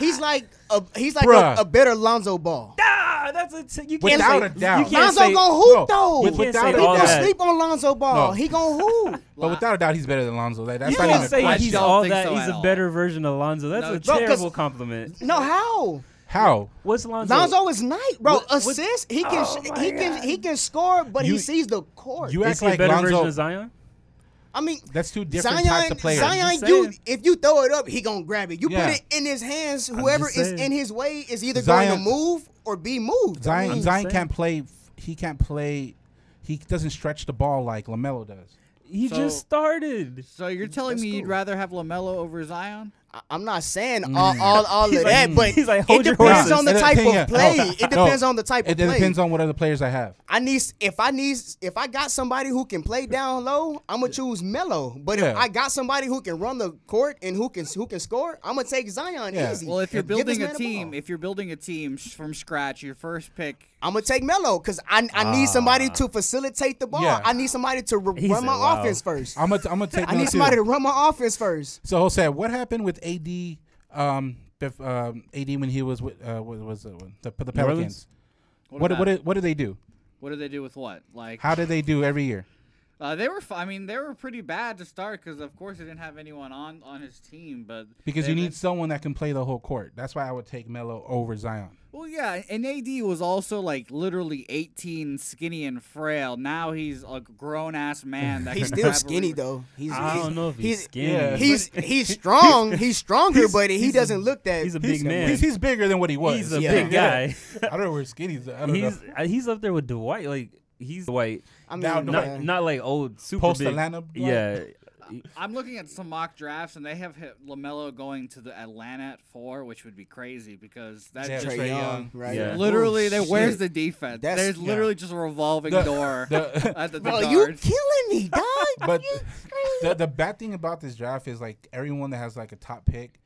Speaker 3: He's like a he's like
Speaker 2: Bruh.
Speaker 3: a, a better Lonzo Ball.
Speaker 1: Ah, that's a t- you can't
Speaker 2: Without
Speaker 1: say-
Speaker 2: a doubt.
Speaker 1: You can't
Speaker 3: Lonzo
Speaker 1: say,
Speaker 3: gonna hoop
Speaker 2: Bro,
Speaker 3: though.
Speaker 2: with-
Speaker 1: You can't
Speaker 2: without
Speaker 1: say
Speaker 2: a
Speaker 1: all
Speaker 2: doubt.
Speaker 3: People
Speaker 1: that.
Speaker 3: sleep on Lonzo Ball.
Speaker 2: No.
Speaker 3: He gonna hoop.
Speaker 2: But without a doubt, he's better than Lonzo. That, that's
Speaker 1: You
Speaker 2: not even
Speaker 1: can't
Speaker 2: a
Speaker 1: say
Speaker 5: I
Speaker 2: question.
Speaker 1: he's
Speaker 5: don't
Speaker 1: all
Speaker 5: think
Speaker 1: that.
Speaker 5: so
Speaker 1: he's
Speaker 5: at
Speaker 1: a
Speaker 5: all.
Speaker 1: better version of Lonzo. That's
Speaker 5: No,
Speaker 1: a
Speaker 5: bro,
Speaker 3: 'cause-
Speaker 1: terrible compliment.
Speaker 3: No how.
Speaker 2: How?
Speaker 1: What's Lonzo?
Speaker 3: Lonzo is nice, bro.
Speaker 1: What- what-
Speaker 3: Assists. He can
Speaker 1: Oh
Speaker 3: sh-
Speaker 1: my
Speaker 3: he can
Speaker 1: God.
Speaker 3: he can score, but
Speaker 2: You-
Speaker 3: he sees the court.
Speaker 2: You
Speaker 1: is
Speaker 2: act
Speaker 1: he a
Speaker 2: like
Speaker 1: better version
Speaker 2: Lonzo.
Speaker 1: of Zion?
Speaker 3: I mean,
Speaker 2: That's two different
Speaker 3: Zion,
Speaker 2: types of players.
Speaker 1: just
Speaker 3: Zion, you
Speaker 1: saying.
Speaker 3: if you throw it up, he gonna grab it. You
Speaker 2: Yeah.
Speaker 3: put it in his hands. Whoever
Speaker 1: just
Speaker 3: is
Speaker 1: saying.
Speaker 3: in his way is either going
Speaker 2: Zion-
Speaker 3: to move or be moved. I
Speaker 2: Zion
Speaker 3: mean,
Speaker 2: Zion
Speaker 1: saying.
Speaker 2: can't play. He can't play. He doesn't stretch the ball like Lamelo does.
Speaker 1: He
Speaker 5: So-
Speaker 1: just started.
Speaker 5: So you're telling
Speaker 3: That's
Speaker 5: me you'd
Speaker 3: cool.
Speaker 5: rather have Lamelo over Zion?
Speaker 3: I- I'm not saying all all, all of
Speaker 1: He's like-
Speaker 3: that,
Speaker 2: mm.
Speaker 3: but
Speaker 1: he's like,
Speaker 3: it
Speaker 1: hold your
Speaker 3: depends
Speaker 1: horses.
Speaker 3: on the
Speaker 2: It
Speaker 3: type
Speaker 2: depends- yeah.
Speaker 3: of play.
Speaker 2: oh, No,
Speaker 3: It depends
Speaker 2: no.
Speaker 3: on the type
Speaker 2: It
Speaker 3: of play.
Speaker 2: depends on what other players I have.
Speaker 3: I need if I need if I got somebody who can play down low, I'm gonna choose Melo. But
Speaker 2: Yeah.
Speaker 3: if I got somebody who can run the court and who can who can score, I'm gonna take Zion
Speaker 2: Yeah.
Speaker 3: easy.
Speaker 5: Well, if you're
Speaker 3: Give this
Speaker 5: building
Speaker 3: man
Speaker 5: a
Speaker 3: the
Speaker 5: team,
Speaker 3: ball.
Speaker 5: if you're building a team sh- from scratch, your first pick.
Speaker 3: I'm gonna take Melo because I, I need somebody to facilitate the ball.
Speaker 2: Yeah.
Speaker 3: I need somebody to r-
Speaker 1: He
Speaker 3: run
Speaker 1: said,
Speaker 3: my
Speaker 1: "Wow."
Speaker 3: offense first.
Speaker 2: I'm gonna I'm gonna take.
Speaker 3: I
Speaker 2: no
Speaker 3: need somebody
Speaker 2: too.
Speaker 3: to run my offense first.
Speaker 2: So Jose, what happened with AD Um, bef- um, AD when he was with uh, what was it? The, the
Speaker 1: New Orleans?
Speaker 2: Pelicans. What
Speaker 5: about-
Speaker 2: what did, what do they do?
Speaker 5: what do they do with what? Like
Speaker 2: How do they do every year?
Speaker 5: Uh, they were, f- I mean, they were pretty bad to start because, of course, they didn't have anyone on on his team. But
Speaker 2: Because
Speaker 5: they-
Speaker 2: you
Speaker 5: they-
Speaker 2: need someone that can play the whole court. That's why I would take Melo over Zion.
Speaker 5: well, yeah, and AD was also like literally 18, skinny and frail. Now he's a grown ass man. That
Speaker 3: He's
Speaker 5: can
Speaker 3: still
Speaker 5: grab a
Speaker 3: skinny
Speaker 5: re-
Speaker 3: though. He's
Speaker 1: I
Speaker 3: he's-
Speaker 1: don't know if he's,
Speaker 3: he's-
Speaker 1: skinny.
Speaker 2: yeah.
Speaker 3: He's he's strong. He's stronger, but he
Speaker 1: he's a-
Speaker 3: doesn't look that.
Speaker 1: he's a
Speaker 2: He's-
Speaker 1: big man.
Speaker 2: He's, he's bigger than what he was.
Speaker 1: He's a
Speaker 3: Yeah.
Speaker 1: big guy.
Speaker 2: I don't know where skinny's. I don't
Speaker 1: he's
Speaker 2: know.
Speaker 1: uh, he's up there with Dwight. Like he's Dwight,
Speaker 3: I mean,
Speaker 2: Now,
Speaker 1: not
Speaker 2: Dwight-
Speaker 3: man,
Speaker 1: not like old super
Speaker 2: Post
Speaker 1: big.
Speaker 2: Atlanta.
Speaker 1: Yeah,
Speaker 5: I'm looking at some mock drafts, and they have hit Lamelo going to the Atlanta at four, which would be crazy because that
Speaker 2: Yeah,
Speaker 5: just
Speaker 3: Trae
Speaker 2: Trae
Speaker 3: Young,
Speaker 2: Young.
Speaker 3: right?
Speaker 1: Yeah.
Speaker 5: literally.
Speaker 3: Oh,
Speaker 5: they, where's
Speaker 3: shit.
Speaker 5: the defense?
Speaker 3: That's-
Speaker 5: There's
Speaker 2: yeah.
Speaker 5: literally just a revolving
Speaker 2: The-
Speaker 5: door
Speaker 2: the-
Speaker 5: at the, the
Speaker 3: Bro, you
Speaker 5: guards.
Speaker 3: killing me, dog.
Speaker 2: but the, the bad thing about this draft is like everyone that has like a top pick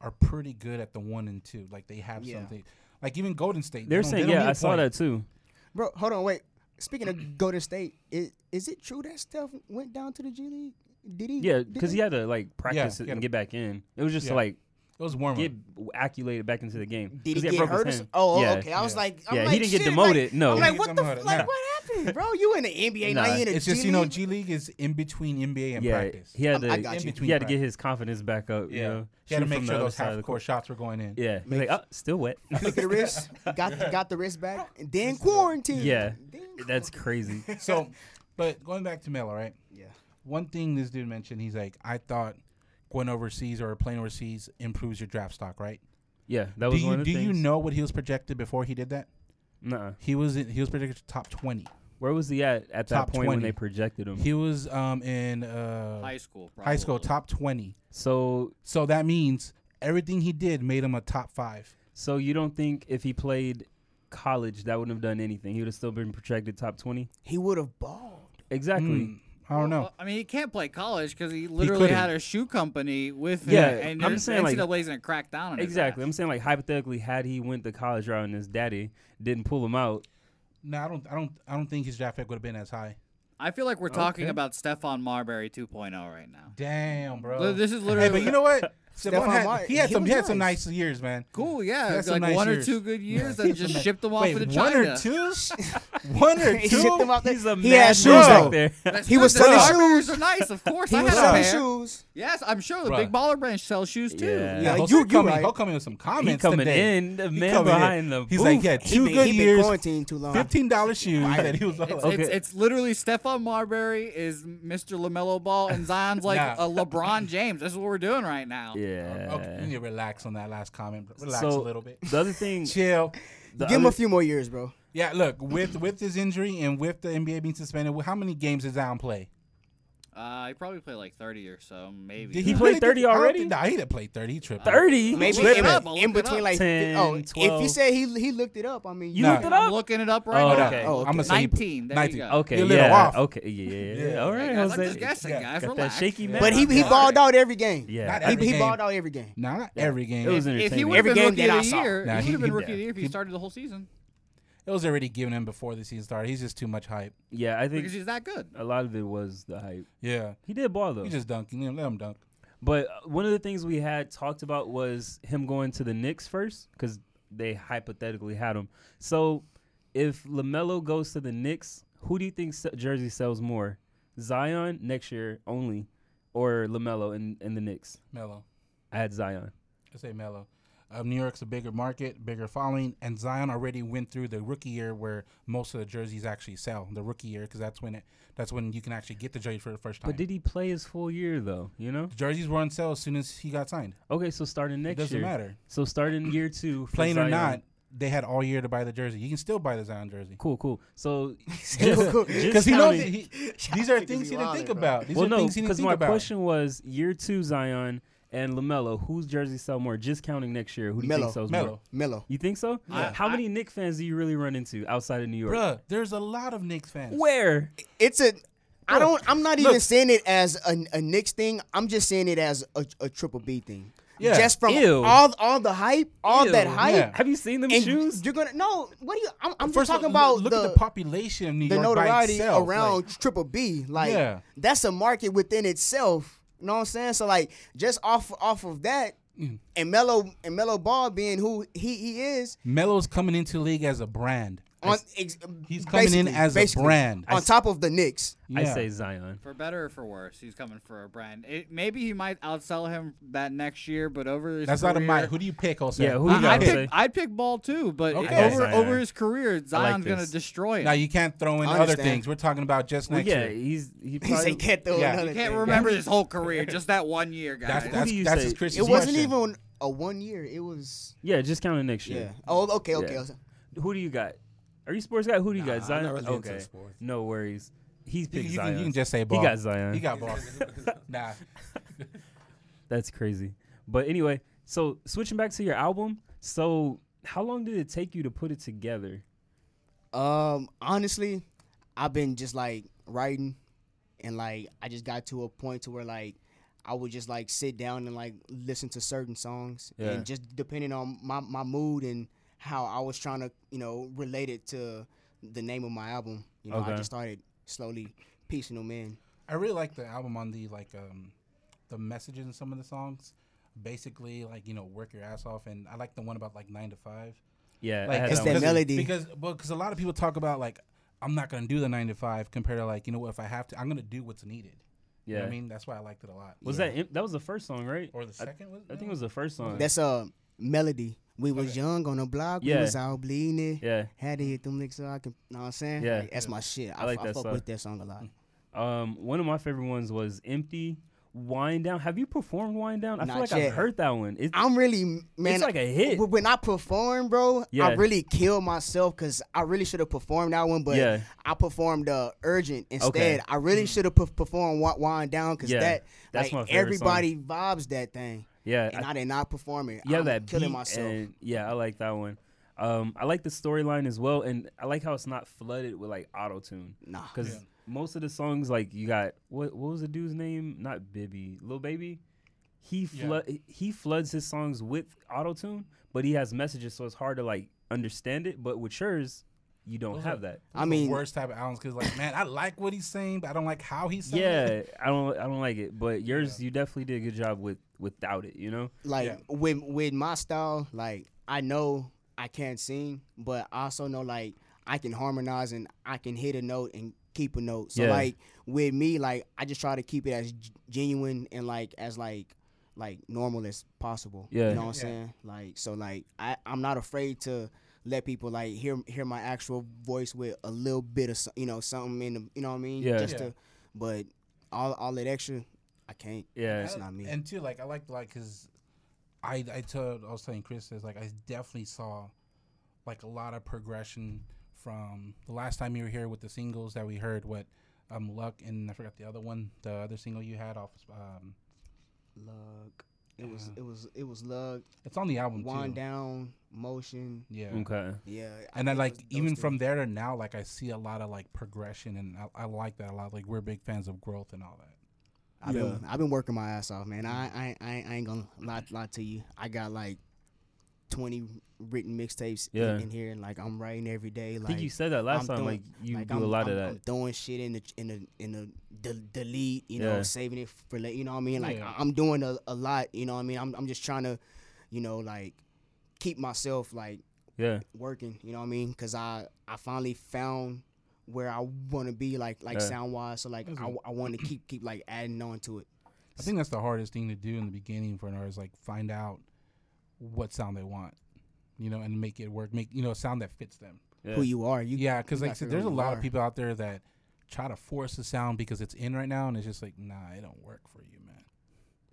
Speaker 2: are pretty good at the one and two. Like they have
Speaker 3: Yeah.
Speaker 2: something. Like even Golden State. they
Speaker 1: they're
Speaker 2: don't- they
Speaker 1: saying
Speaker 2: don't
Speaker 1: yeah.
Speaker 2: need
Speaker 1: I
Speaker 2: a
Speaker 1: saw
Speaker 2: point.
Speaker 1: that too.
Speaker 3: Bro, hold on, wait. Speaking of Golden State, is is it true that Steph went down to the G League? Did he?
Speaker 1: Yeah,
Speaker 3: did
Speaker 1: because he had to like practice
Speaker 2: he
Speaker 1: it
Speaker 2: had
Speaker 1: and
Speaker 2: to-
Speaker 1: get back in. It was just
Speaker 2: Yeah.
Speaker 1: to like
Speaker 2: It was warm.
Speaker 1: get acculated back into the game.
Speaker 3: Did
Speaker 1: 'Cause
Speaker 3: he
Speaker 1: had
Speaker 3: get
Speaker 1: broke his
Speaker 3: hurt? Or
Speaker 1: hand.
Speaker 3: so- oh,
Speaker 1: yeah.
Speaker 3: okay. I was
Speaker 2: Yeah.
Speaker 3: like, I'm
Speaker 1: Yeah, he
Speaker 3: like,
Speaker 1: didn't get
Speaker 3: shit, like-
Speaker 1: demoted, no.
Speaker 3: I'm
Speaker 1: He
Speaker 3: like,
Speaker 2: didn't
Speaker 3: what
Speaker 2: get
Speaker 3: the?
Speaker 2: demoted,
Speaker 3: F- like,
Speaker 2: no.
Speaker 3: what happened, bro? You in the NBA? Now
Speaker 1: Nah,
Speaker 3: you in the
Speaker 2: It's
Speaker 3: G
Speaker 2: just you know
Speaker 3: League?
Speaker 2: G League is in between NBA and
Speaker 1: yeah,
Speaker 2: practice.
Speaker 1: he had
Speaker 3: I-
Speaker 1: to.
Speaker 3: I got
Speaker 2: in
Speaker 3: you.
Speaker 2: between
Speaker 1: He had to
Speaker 2: practice.
Speaker 1: get his confidence back up. Yeah, you know?
Speaker 2: He had to
Speaker 1: Shoot
Speaker 2: make
Speaker 1: from
Speaker 2: sure
Speaker 1: the
Speaker 2: those
Speaker 1: other side of
Speaker 2: half
Speaker 1: the
Speaker 2: court shots were going in.
Speaker 1: Yeah, he's
Speaker 3: Makes-
Speaker 1: like, oh, still wet.
Speaker 3: Look at the wrist. Got the, got the wrist back. And then quarantine.
Speaker 1: yeah,
Speaker 3: Then
Speaker 1: that's crazy.
Speaker 2: So, but going back to Melo, right?
Speaker 3: Yeah.
Speaker 2: One thing this dude mentioned, he's like, I thought going overseas or playing overseas improves your draft stock, right?
Speaker 1: Yeah, that
Speaker 2: Do
Speaker 1: was one
Speaker 2: you
Speaker 1: of
Speaker 2: do
Speaker 1: the things.
Speaker 2: you know what he was projected before he did that?
Speaker 1: Nuh-uh.
Speaker 2: He was in, he was projected top twenty.
Speaker 1: Where was he at at that
Speaker 2: Top
Speaker 1: point when
Speaker 2: 20.
Speaker 1: they projected him?
Speaker 2: He was um in uh,
Speaker 5: High school, probably.
Speaker 2: high school top twenty.
Speaker 1: So,
Speaker 2: So that means everything he did made him a top five.
Speaker 1: so you don't think if he played college that wouldn't have done anything? He would have still been projected top twenty.
Speaker 3: He would have balled.
Speaker 1: Exactly.
Speaker 2: Hmm, I don't know.
Speaker 5: Well, uh I mean, he can't play college because he literally
Speaker 2: couldn't.
Speaker 5: had a shoe company with him.
Speaker 1: Yeah,
Speaker 5: and
Speaker 1: I'm
Speaker 5: the
Speaker 1: saying, like-
Speaker 5: NCAA's gonna crack down on his
Speaker 1: Exactly.
Speaker 5: ass.
Speaker 1: I'm saying like hypothetically, had he went the college route and his daddy didn't pull him out,
Speaker 2: No, I don't. I don't. I don't think his draft pick would have been as high.
Speaker 5: I feel like we're talking
Speaker 1: Okay.
Speaker 5: about Stefan Marbury 2.0 right now.
Speaker 2: Damn, bro.
Speaker 5: Li- This is
Speaker 2: Hey,
Speaker 5: literally.
Speaker 2: but you know what? Stephon
Speaker 3: Stephon
Speaker 2: had,
Speaker 3: Martin,
Speaker 2: he had
Speaker 3: he
Speaker 2: some. He
Speaker 3: was
Speaker 2: had some
Speaker 3: nice.
Speaker 2: nice years, man.
Speaker 5: cool, yeah,
Speaker 2: That's
Speaker 5: like
Speaker 2: some nice
Speaker 5: one
Speaker 2: years.
Speaker 5: or two good years that just shipped them off
Speaker 2: Wait,
Speaker 5: to China.
Speaker 2: one or two? one or
Speaker 3: He shipped him
Speaker 2: two?
Speaker 3: out there.
Speaker 1: he's a
Speaker 3: He had
Speaker 1: mad
Speaker 3: shoes
Speaker 1: dog
Speaker 2: though.
Speaker 1: there.
Speaker 5: That's
Speaker 3: He
Speaker 5: good,
Speaker 3: was
Speaker 5: the
Speaker 3: selling
Speaker 5: Marburys
Speaker 3: shoes.
Speaker 5: are nice, of course.
Speaker 3: He
Speaker 5: I
Speaker 3: was
Speaker 5: had a
Speaker 3: selling
Speaker 5: pair.
Speaker 3: shoes.
Speaker 5: Yes, I'm sure the
Speaker 2: Bruh.
Speaker 5: Big Baller Brand sells shoes too.
Speaker 1: Yeah.
Speaker 2: Yeah,
Speaker 3: Yeah,
Speaker 2: Jose
Speaker 3: you- you
Speaker 2: coming.
Speaker 3: right.
Speaker 2: He'll come in with some
Speaker 1: he
Speaker 2: comments
Speaker 1: coming
Speaker 2: today.
Speaker 1: in, the
Speaker 2: He
Speaker 1: man
Speaker 2: coming in.
Speaker 1: behind the
Speaker 2: He's
Speaker 1: booth.
Speaker 2: like, yeah,
Speaker 3: He
Speaker 2: two
Speaker 3: been,
Speaker 2: good
Speaker 3: he been
Speaker 2: years,
Speaker 3: quarantined too long.
Speaker 2: fifteen dollars shoes that he was on.
Speaker 5: It's, it's,
Speaker 1: Okay.
Speaker 5: it's literally Stefan Marbury is Mr. LaMelo Ball, and Zion's like
Speaker 2: Nah.
Speaker 5: a LeBron James. That's what we're doing right now.
Speaker 1: yeah.
Speaker 2: Okay, you need to relax on that last comment. bro. Relax
Speaker 1: So-
Speaker 2: a little bit.
Speaker 1: The other thing,
Speaker 2: Chill.
Speaker 1: the
Speaker 3: Give him a
Speaker 1: other-
Speaker 3: few more years, bro.
Speaker 2: Yeah, look with with his injury and with the NBA being suspended, wh- how many games did Zion play?
Speaker 5: Uh, he probably played like 30 or so, maybe.
Speaker 2: Did
Speaker 1: He played
Speaker 2: get-
Speaker 1: 30
Speaker 2: I don't
Speaker 1: already?
Speaker 2: think- Nah, he didn't play thirty. He tripped.
Speaker 1: 30.
Speaker 3: Maybe
Speaker 5: looked it
Speaker 3: in,
Speaker 5: up. I looked
Speaker 3: in
Speaker 5: it
Speaker 3: between
Speaker 5: up.
Speaker 3: like fif- oh,
Speaker 1: 10,
Speaker 3: if you
Speaker 1: 12.
Speaker 3: say he he looked it up, I mean
Speaker 1: You
Speaker 2: Nah.
Speaker 1: looked it
Speaker 5: I'm
Speaker 1: up.
Speaker 5: looking it up right
Speaker 1: Oh,
Speaker 5: now.
Speaker 1: okay.
Speaker 3: Oh,
Speaker 2: I'm gonna say he-
Speaker 5: 19. There
Speaker 2: 19.
Speaker 5: you go.
Speaker 1: Okay.
Speaker 2: You're a little
Speaker 1: yeah.
Speaker 2: off.
Speaker 1: Okay. Yeah. yeah,
Speaker 2: Yeah.
Speaker 1: All
Speaker 5: Hey,
Speaker 1: right,
Speaker 5: guys, I'm
Speaker 1: Jose.
Speaker 5: just guessing,
Speaker 2: Yeah.
Speaker 5: guys.
Speaker 1: Got that
Speaker 5: relax.
Speaker 1: shaky man.
Speaker 3: but he he
Speaker 5: I'm
Speaker 3: balled
Speaker 5: sorry.
Speaker 3: out every game.
Speaker 1: Yeah.
Speaker 2: Not
Speaker 3: He,
Speaker 2: every
Speaker 3: he
Speaker 2: game.
Speaker 3: balled out every game.
Speaker 2: Nah, not every game.
Speaker 1: It was
Speaker 5: If he
Speaker 1: entertaining.
Speaker 5: would have
Speaker 3: Every
Speaker 5: been
Speaker 3: game
Speaker 5: rookie
Speaker 3: that I
Speaker 5: of the
Speaker 3: saw.
Speaker 5: year,
Speaker 2: Nah,
Speaker 5: he
Speaker 2: he-
Speaker 5: would have been
Speaker 2: he-
Speaker 5: rookie of the
Speaker 1: yeah.
Speaker 5: year if he started the whole season
Speaker 2: It was already given him before the season started. He's just too much hype.
Speaker 1: yeah, I
Speaker 5: because
Speaker 1: think
Speaker 5: he's that good.
Speaker 1: a lot of it was the hype.
Speaker 2: Yeah,
Speaker 1: He did ball though.
Speaker 2: he just dunking. Let him dunk.
Speaker 1: But uh, one of the things we had talked about was him going to the Knicks first because they hypothetically had him. So if LaMelo goes to the Knicks, who do you think se- Jersey sells more? Zion next year only or LaMelo in, in the Knicks?
Speaker 2: Mellow.
Speaker 1: I had Zion.
Speaker 2: I say mellow. Um, New York's a bigger market, bigger following, and Zion already went through the rookie year where most of the jerseys actually sell. The rookie year, because that's when it, that's when you can actually get the jersey for the first time.
Speaker 1: But did he play his full year though? You know?
Speaker 2: the jerseys were on sale as soon as he got signed.
Speaker 1: Okay, so starting
Speaker 2: It
Speaker 1: next
Speaker 2: doesn't
Speaker 1: year.
Speaker 2: matter,
Speaker 1: So starting year two, for
Speaker 2: playing
Speaker 1: Zion.
Speaker 2: or not. They had all year to buy the jersey. You can still buy the Zion jersey
Speaker 1: Cool, cool. So
Speaker 3: Cool, cool.
Speaker 2: because he knows
Speaker 1: counting-
Speaker 2: that he, these are things he didn't
Speaker 3: wildin',
Speaker 2: think
Speaker 3: bro.
Speaker 2: about. These
Speaker 1: well,
Speaker 2: are
Speaker 1: no,
Speaker 2: things he didn't
Speaker 1: because
Speaker 2: think
Speaker 1: my
Speaker 2: about.
Speaker 1: question was year two Zion and Lamelo, whose jersey sell more? Just counting next year, who do you
Speaker 3: Melo.
Speaker 1: think sells more?
Speaker 2: Mellow,
Speaker 3: Melo.
Speaker 1: You think so?
Speaker 5: Yeah.
Speaker 1: How
Speaker 5: I-
Speaker 1: many Knicks fans do you really run into outside of New York?
Speaker 2: bruh, there's a lot of Knicks fans.
Speaker 1: Where?
Speaker 3: It's a I don't I'm not even
Speaker 1: Look.
Speaker 3: saying it as a, a Knicks thing. I'm just saying it as a, a triple B thing.
Speaker 2: Yeah.
Speaker 3: Just from
Speaker 1: Ew.
Speaker 3: all all the hype, all
Speaker 1: Ew.
Speaker 3: that hype.
Speaker 2: Yeah.
Speaker 1: Have you seen them
Speaker 3: And
Speaker 1: shoes?
Speaker 3: you're gonna no. What do you? I'm, I'm just
Speaker 2: First
Speaker 3: talking
Speaker 2: of all,
Speaker 3: about
Speaker 2: look
Speaker 3: the,
Speaker 2: at the population of New
Speaker 3: the
Speaker 2: York by
Speaker 3: notoriety
Speaker 2: itself.
Speaker 3: around
Speaker 2: like,
Speaker 3: Triple B. Like
Speaker 2: Yeah.
Speaker 3: that's a market within itself. You know what I'm saying? So like just off off of that,
Speaker 2: Mm.
Speaker 3: And Melo and Melo Ball being who he, he is
Speaker 2: Melo's coming into the league as a brand.
Speaker 3: on ex-
Speaker 2: He's coming in
Speaker 3: basically-
Speaker 2: as a
Speaker 3: basically,
Speaker 2: brand.
Speaker 3: on top of the Knicks.
Speaker 1: I
Speaker 2: Yeah.
Speaker 1: say Zion.
Speaker 5: For better or for worse, he's coming for a brand. It, maybe he might outsell him that next year, but over his
Speaker 2: That's not a
Speaker 5: career-
Speaker 2: mic. Who do you pick? Also,
Speaker 1: Yeah, who do you
Speaker 5: I, I
Speaker 1: gotta
Speaker 5: pick,
Speaker 1: say?
Speaker 5: I'd pick Ball too, but
Speaker 2: Okay.
Speaker 5: over
Speaker 1: Zion.
Speaker 5: over his career, Zion's gonna
Speaker 1: this.
Speaker 5: destroy him.
Speaker 2: Now you can't throw in
Speaker 3: I
Speaker 2: other
Speaker 3: understand.
Speaker 2: things. We're talking about just
Speaker 1: Well,
Speaker 2: next
Speaker 1: yeah,
Speaker 2: year.
Speaker 1: he's he
Speaker 3: He
Speaker 1: probably.
Speaker 3: said can't throw
Speaker 2: Yeah.
Speaker 3: another
Speaker 5: You can't
Speaker 3: thing.
Speaker 5: remember his whole career, just that one year, guys.
Speaker 2: That's, that's,
Speaker 1: do you
Speaker 2: that's
Speaker 1: say?
Speaker 2: his Christian
Speaker 3: It wasn't
Speaker 2: question.
Speaker 3: even a one year. It was
Speaker 1: yeah, just counting next year.
Speaker 3: yeah. Oh, okay, okay.
Speaker 1: Yeah.
Speaker 3: okay.
Speaker 1: Who do you got? Are you sports guy? Who do you
Speaker 4: Nah,
Speaker 1: got?
Speaker 4: I'm
Speaker 1: Zion.
Speaker 4: not really into
Speaker 1: okay.
Speaker 4: sports.
Speaker 1: No worries. He's
Speaker 2: You,
Speaker 1: picked
Speaker 2: you,
Speaker 1: Zion.
Speaker 2: can, you can just say
Speaker 1: he
Speaker 2: ball.
Speaker 1: got Zion.
Speaker 2: He got ball. nah,
Speaker 1: That's crazy. But anyway, so switching back to your album. So how long did it take you to put it together?
Speaker 3: Um, honestly, I've been just like writing, and like I just got to a point to where like I would just like sit down and like listen to certain songs,
Speaker 1: Yeah.
Speaker 3: and just depending on my my mood and how I was trying to you know relate it to the name of my album. You know,
Speaker 1: Okay.
Speaker 3: I just started slowly piecing them in.
Speaker 2: I really like the album on the like um the messages in some of the songs. Basically, like you know, work your ass off, and I like the one about like nine to five.
Speaker 1: Yeah, I
Speaker 2: Like
Speaker 1: had
Speaker 3: It's
Speaker 1: that
Speaker 3: the
Speaker 1: one.
Speaker 2: because-
Speaker 3: melody.
Speaker 2: because well, because a lot of people talk about like I'm not gonna do the nine to five compared to like you know what if I have to I'm gonna do what's needed. You
Speaker 1: yeah.
Speaker 2: know what I mean that's why I liked it a lot.
Speaker 1: was that that was the first song, right?
Speaker 2: or the
Speaker 1: I-
Speaker 2: second? was
Speaker 1: I, think it was the first song.
Speaker 3: That's a uh, melody. We was young on the block.
Speaker 1: Yeah.
Speaker 3: We was out bleeding. it.
Speaker 1: yeah.
Speaker 3: Had to hit them licks so I can. Know what I'm saying?
Speaker 1: Yeah.
Speaker 3: Like, that's my shit. I,
Speaker 1: like
Speaker 3: I
Speaker 1: that
Speaker 3: fuck
Speaker 1: song.
Speaker 3: with that song a lot.
Speaker 1: Um, one of my favorite ones was "Empty." Wind down. Have you performed "Wind Down"? I
Speaker 3: Not
Speaker 1: feel like
Speaker 3: yet.
Speaker 1: I've heard that one. It,
Speaker 3: I'm really man.
Speaker 1: like a hit.
Speaker 3: w- When I perform, bro,
Speaker 1: Yeah.
Speaker 3: I really kill myself because I really should have performed that one, but
Speaker 1: Yeah.
Speaker 3: I performed uh, urgent instead.
Speaker 1: Okay. Mm-hmm.
Speaker 3: I really should have performed performed Wa- wind down because
Speaker 1: Yeah.
Speaker 3: that
Speaker 1: That's my
Speaker 3: like
Speaker 1: favorite song.
Speaker 3: everybody vibes that thing,
Speaker 1: yeah,
Speaker 3: and I, did not perform it.
Speaker 1: yeah,
Speaker 3: I'm
Speaker 1: that
Speaker 3: killing
Speaker 1: beat
Speaker 3: myself.
Speaker 1: and- yeah, I like that one. Um, I like the storyline as well, and I like how it's not flooded with like auto tune.
Speaker 3: Nah.
Speaker 1: because most of the songs like you got what what was the dude's name? Not Bibby, Lil Baby. He
Speaker 2: Yeah.
Speaker 1: flood he floods his songs with auto tune, but he has messages, so it's hard to like understand it. But with yours, you don't
Speaker 2: Those are-
Speaker 1: have that.
Speaker 3: I mean,
Speaker 2: the worst type of albums because like man I like what he's saying but I don't like how he's saying. it.
Speaker 1: Yeah, I don't I don't like it. But yours, you definitely did a good job with without it. You know.
Speaker 3: like
Speaker 2: Yeah.
Speaker 3: with with my style, like I know I can't sing, but I also know like I can harmonize and I can hit a note and keep a note. So
Speaker 1: Yeah.
Speaker 3: like with me, like I just try to keep it as g- genuine and like as like like normal as possible.
Speaker 1: Yeah.
Speaker 3: you know what I'm
Speaker 2: Yeah.
Speaker 3: saying? Like so, like I I'm not afraid to let people like hear hear my actual voice with a little bit of so- you know something in the you know what I mean?
Speaker 1: Yeah.
Speaker 3: Just
Speaker 2: Yeah.
Speaker 3: to, but all all that extra, I can't.
Speaker 1: Yeah.
Speaker 3: that's not me.
Speaker 2: And too, like I like like because I I told I was telling Chris this like I definitely saw like a lot of progression from the last time you were here with the singles that we heard. What um luck and I forgot the other one, the other single you had off. Um,
Speaker 3: Lug. It was
Speaker 2: Yeah.
Speaker 3: it was it was lug.
Speaker 2: it's on the album
Speaker 3: Wind
Speaker 2: too.
Speaker 3: down, motion.
Speaker 2: Yeah.
Speaker 1: Okay.
Speaker 3: Yeah. I
Speaker 2: And then,
Speaker 3: think
Speaker 2: like,
Speaker 3: those- those
Speaker 2: even
Speaker 3: three.
Speaker 2: from there to now, like, I see a lot of like progression, and I, I like that a lot. Like, we're big fans of growth and all that.
Speaker 3: I've been I've been working my ass off, man. I I I, I ain't gonna lie, lie to you. I got like twenty written mixtapes in-
Speaker 1: Yeah.
Speaker 3: in, here, and like I'm writing every day. Like
Speaker 1: I think you said that last
Speaker 3: I'm
Speaker 1: time.
Speaker 3: doing-
Speaker 1: like you
Speaker 3: like,
Speaker 1: do
Speaker 3: I'm,
Speaker 1: a lot
Speaker 3: I'm,
Speaker 1: of that.
Speaker 3: I'm throwing shit in the in the in the de- delete, you
Speaker 1: Yeah.
Speaker 3: know, saving it for later. You know what I mean? Like
Speaker 2: Yeah.
Speaker 3: I- I'm doing a, a lot. You know what I mean? I'm I'm just trying to, you know, like keep myself like
Speaker 1: yeah.
Speaker 3: working. You know what I mean? Cause I I finally found where I want to be, like like
Speaker 1: Yeah.
Speaker 3: sound wise. So like I, I want to keep keep like adding on to it.
Speaker 2: I think that's the hardest thing to do in the beginning for an artist, like find out what sound they want, you know, and make it work. Make you know a sound that fits them.
Speaker 1: Yeah.
Speaker 3: Who you are? You
Speaker 2: Yeah, because
Speaker 3: you
Speaker 2: like I
Speaker 3: gotta
Speaker 2: said,
Speaker 3: figure
Speaker 2: there's
Speaker 3: out
Speaker 2: a
Speaker 3: who you
Speaker 2: lot of
Speaker 3: are.
Speaker 2: people out there that try to force the sound because it's in right now, and it's just like, nah, it don't work for you, man.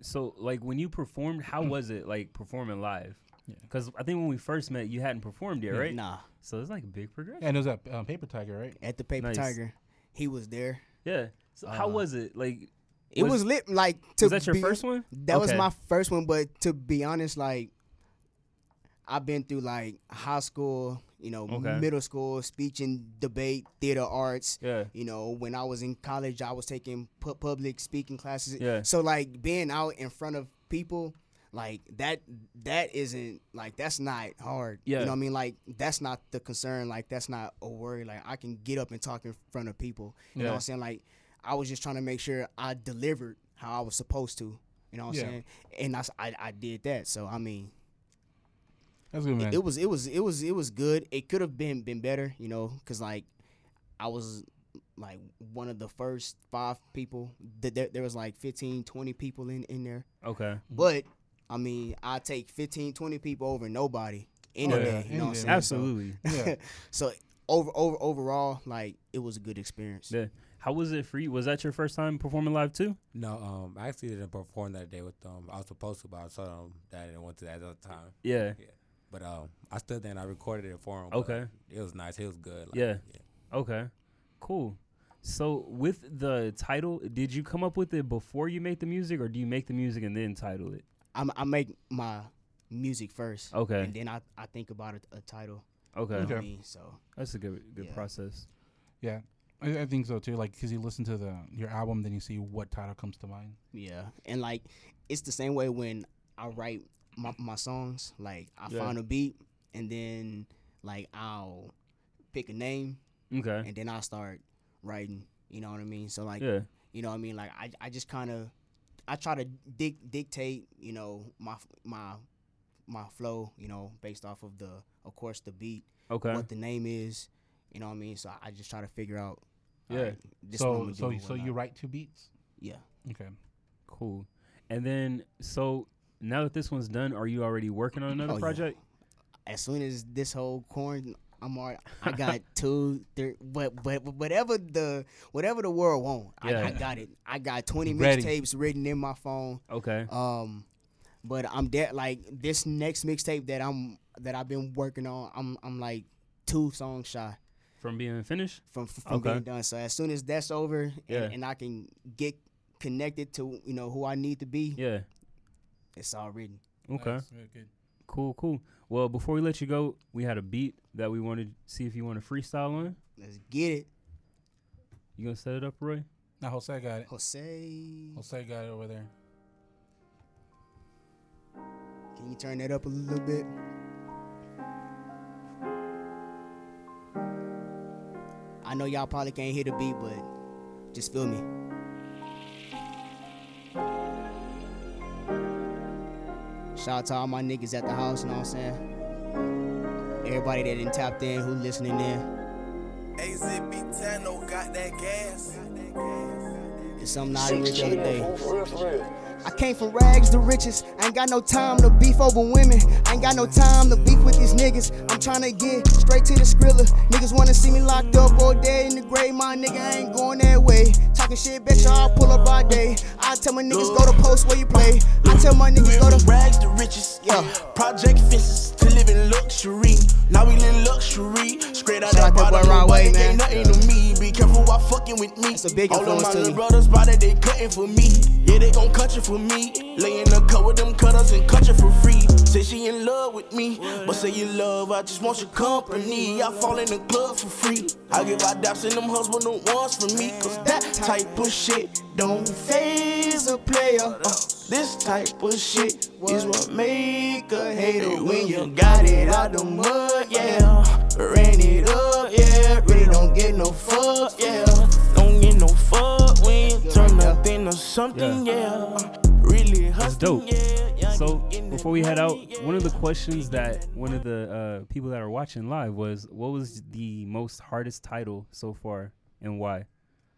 Speaker 1: So like when you performed, how
Speaker 3: Mm.
Speaker 1: was it like performing live?
Speaker 2: Yeah.
Speaker 1: Because I think when we first met, you hadn't performed yet, right?
Speaker 3: Mm, Nah,
Speaker 1: So it's like a big progression.
Speaker 2: Yeah, and it was that um, Paper Tiger, right?
Speaker 3: at the Paper
Speaker 1: Nice.
Speaker 3: Tiger, he was there.
Speaker 1: Yeah. So how
Speaker 3: Uh,
Speaker 1: was it? Like
Speaker 3: It
Speaker 1: Was-
Speaker 3: was, lit. Like to
Speaker 1: was that your
Speaker 3: be-
Speaker 1: first one?
Speaker 3: That was
Speaker 1: Okay.
Speaker 3: my first one, but to be honest, like I've been through like high school, you know,
Speaker 1: Okay.
Speaker 3: middle school, speech and debate, theater arts.
Speaker 1: Yeah.
Speaker 3: You know, when I was in college, I was taking pu- public speaking classes.
Speaker 1: Yeah.
Speaker 3: So like being out in front of people, like that that isn't like that's not hard.
Speaker 1: Yeah.
Speaker 3: You know what I mean? Like that's not the concern. Like that's not a worry. Like I can get up and talk in front of people. You know
Speaker 1: Yeah.
Speaker 3: what I'm saying? Like I was just trying to make sure I delivered how I was supposed to. You know what I'm
Speaker 2: Yeah.
Speaker 3: saying? And I, s- I, I did that. So I mean,
Speaker 2: That's good, man.
Speaker 3: it was it was it was it was good. It could have been been better, you know, because like I was like one of the first five people. That there, there was like 15, 20 people in in there.
Speaker 1: Okay.
Speaker 2: Mm-hmm.
Speaker 3: But I mean, I take 15, 20 people over nobody any
Speaker 2: Oh, yeah.
Speaker 3: day. You
Speaker 2: Any
Speaker 3: know what I'm
Speaker 2: day.
Speaker 3: saying?
Speaker 1: Absolutely.
Speaker 2: yeah.
Speaker 3: So, so over over overall, like it was a good experience.
Speaker 1: Yeah. How was it for you? Was that your first time performing live too?
Speaker 4: No, um, I actually didn't perform that day with them. I was supposed to, but I told them that I didn't want to that other time.
Speaker 1: Yeah.
Speaker 4: But um, I stood there and I recorded it for him.
Speaker 1: Okay.
Speaker 4: it was nice. It was good.
Speaker 1: Yeah. Okay. Cool. So with the title, did you come up with it before you make the music, or do you make the music and then title it?
Speaker 3: I I make my music first,
Speaker 1: Okay.
Speaker 3: and then I, I think about a, a title.
Speaker 1: Okay.
Speaker 3: You know what I
Speaker 2: Okay.
Speaker 3: mean? So
Speaker 1: That's a good good
Speaker 3: Yeah.
Speaker 1: process.
Speaker 2: Yeah, I, I think so too. Like, cause you listen to the your album, then you see what title comes to mind.
Speaker 3: yeah, and like it's the same way when I write my, my songs. Like I
Speaker 1: Yeah.
Speaker 3: find a beat, and then like I'll pick a name,
Speaker 1: Okay.
Speaker 3: and then I start writing. You know what I mean? So like
Speaker 1: yeah.
Speaker 3: You know what I mean? Like I, I just kind of, I try to dic- dictate, you know, my f- my my flow, you know, based off of the, of course, the beat,
Speaker 1: Okay.
Speaker 3: what the name is, you know what I mean. So I just try to figure out.
Speaker 1: Yeah.
Speaker 3: alright, this one
Speaker 2: so,
Speaker 3: would
Speaker 2: so,
Speaker 3: do
Speaker 2: so you write two beats.
Speaker 3: Yeah.
Speaker 2: Okay.
Speaker 1: Cool. And then so now that this one's done, are you already working on another
Speaker 3: Oh, yeah.
Speaker 1: project?
Speaker 3: As soon as this whole corn, I'm all, I got two, three, but but whatever the whatever the world want, I,
Speaker 1: Yeah.
Speaker 3: I got it. I got 20
Speaker 2: Ready.
Speaker 3: mixtapes written in my phone.
Speaker 1: Okay.
Speaker 3: Um, but I'm de- like this next mixtape that I'm that I've been working on. I'm I'm like two songs shy
Speaker 1: From being finished?
Speaker 3: from from
Speaker 1: Okay.
Speaker 3: being done. So as soon as that's over and,
Speaker 1: Yeah.
Speaker 3: and I can get connected to you know who I need to be,
Speaker 1: Yeah.
Speaker 3: it's all written.
Speaker 1: Okay.
Speaker 2: good.
Speaker 1: Cool, cool. Well, before we let you go, we had a beat that we wanted to see if you want to freestyle on.
Speaker 3: Let's get it,
Speaker 1: You gonna set it up, Roy?
Speaker 2: Now Jose got it.
Speaker 3: Jose.
Speaker 2: Jose got it over there.
Speaker 3: Can you turn that up a little bit? I know y'all probably can't hear the beat, but just feel me. Shout out to all my niggas at the house, you know what I'm saying? Everybody that didn't tapped in, who listening in.
Speaker 6: AZB Tano got that gas.
Speaker 3: It's something I didn't read the other day.
Speaker 6: For real, for real.
Speaker 3: I came from rags to riches. I ain't got no time to beef over women. I ain't got no time to beef with these niggas. I'm tryna get straight to the skrilla. Niggas wanna see me locked up all day in the grave. My nigga I ain't going that way. Talking shit, bet y'all pull up all day. I tell my niggas go to post where you play. I tell my niggas go
Speaker 6: From
Speaker 3: to.
Speaker 6: rags to riches.
Speaker 3: Yeah.
Speaker 6: Project fences to live in luxury. Now we live luxury. Straight out
Speaker 3: Shout
Speaker 6: that
Speaker 3: out that boy
Speaker 6: bottom,
Speaker 3: Rod
Speaker 6: nobody
Speaker 3: Wave,
Speaker 6: gave
Speaker 3: man.
Speaker 6: nothing to me. Be careful why fucking with me.
Speaker 3: That's a big
Speaker 6: All of my
Speaker 3: influence to
Speaker 6: little
Speaker 3: me.
Speaker 6: brothers body, they cutting for me. Yeah, they gon' cut you for me. Lay in the cut with them cutters and cut you for free. Say she in love with me, but say you love, I just want your company. I fall in the club for free. I give out daps and them husband the ones for me. Cause that type of shit don't phase a player. Uh, this type of shit is what make a hater when you got it out the mud, yeah. Ran it up, yeah. Really don't get no fuck, yeah. Don't get no fuck when you turn nothing or something, yeah. Really hustling,
Speaker 1: dope.
Speaker 6: yeah. Young
Speaker 1: So
Speaker 6: and getting
Speaker 1: before we
Speaker 6: that
Speaker 1: head out,
Speaker 6: money, yeah.
Speaker 1: one of the questions that one of the uh, people that are watching live was, what was the most hardest title so far and why?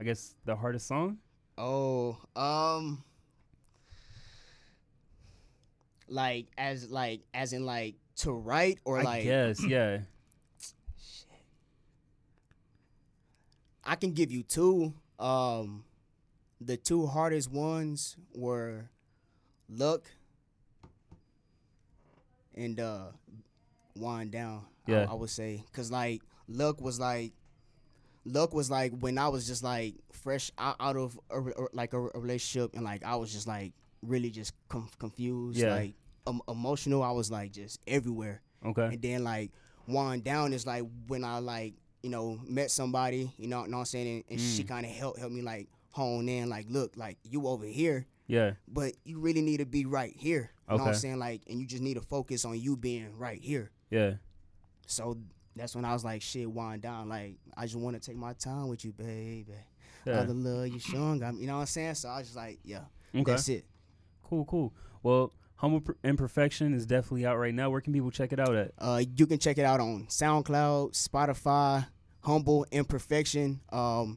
Speaker 1: I guess the hardest song.
Speaker 3: Oh, um, like as like as in like to write or
Speaker 1: I
Speaker 3: like
Speaker 1: guess, yeah.
Speaker 3: I can give you two. Um, the two hardest ones were luck and uh, wind down. I-
Speaker 1: Yeah.
Speaker 3: I, would say because like luck was like luck was like when I was just like fresh out, out of a, re- or, like a, re- a relationship and like I was just like really just com- confused,
Speaker 1: Yeah.
Speaker 3: like em- emotional. I was like just everywhere.
Speaker 1: Okay.
Speaker 3: And then like wind down is like when I like you know met somebody, you know, know what I'm saying, and, and
Speaker 1: Mm.
Speaker 3: she kind of helped help me like hone in, like look, like you over here,
Speaker 1: Yeah.
Speaker 3: but you really need to be right here. You know what I'm
Speaker 1: Okay.
Speaker 3: saying, like, and you just need to focus on you being right here.
Speaker 1: Yeah.
Speaker 3: So that's when I was like, shit, wind down. Like I just want to take my time with you, baby.
Speaker 1: Yeah.
Speaker 3: All the love you showing, got me- you know what I'm saying. So I was just like, yeah,
Speaker 1: Okay.
Speaker 3: that's it.
Speaker 1: Cool, cool. Well, Humble Pr- Imperfection is definitely out right now. Where can people check it out at?
Speaker 3: Uh, you can check it out on SoundCloud, Spotify, Humble Imperfection, um,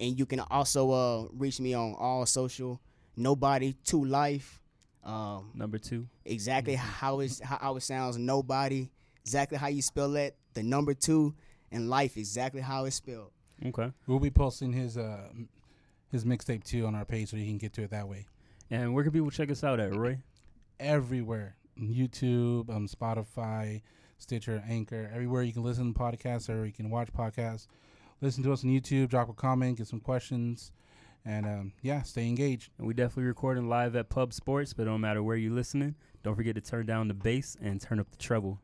Speaker 3: and you can also uh, reach me on all social. Nobody to life. Um,
Speaker 1: Number two.
Speaker 3: exactly how it's how, how it sounds. Nobody. Exactly how you spell that. The number two and life. Exactly how it's spelled.
Speaker 1: Okay.
Speaker 2: We'll be posting his uh m- his mixtape too on our page so you can get to it that way.
Speaker 1: And where can people check us out at, Roy?
Speaker 2: Everywhere. YouTube, um Spotify, Stitcher, Anchor, everywhere you can listen to podcasts or you can watch podcasts. Listen to us on YouTube, drop a comment, get some questions, and um yeah, stay engaged.
Speaker 1: And we definitely recording live at Pub Sports, but it don't matter where you're listening. Don't forget to turn down the bass and turn up the treble.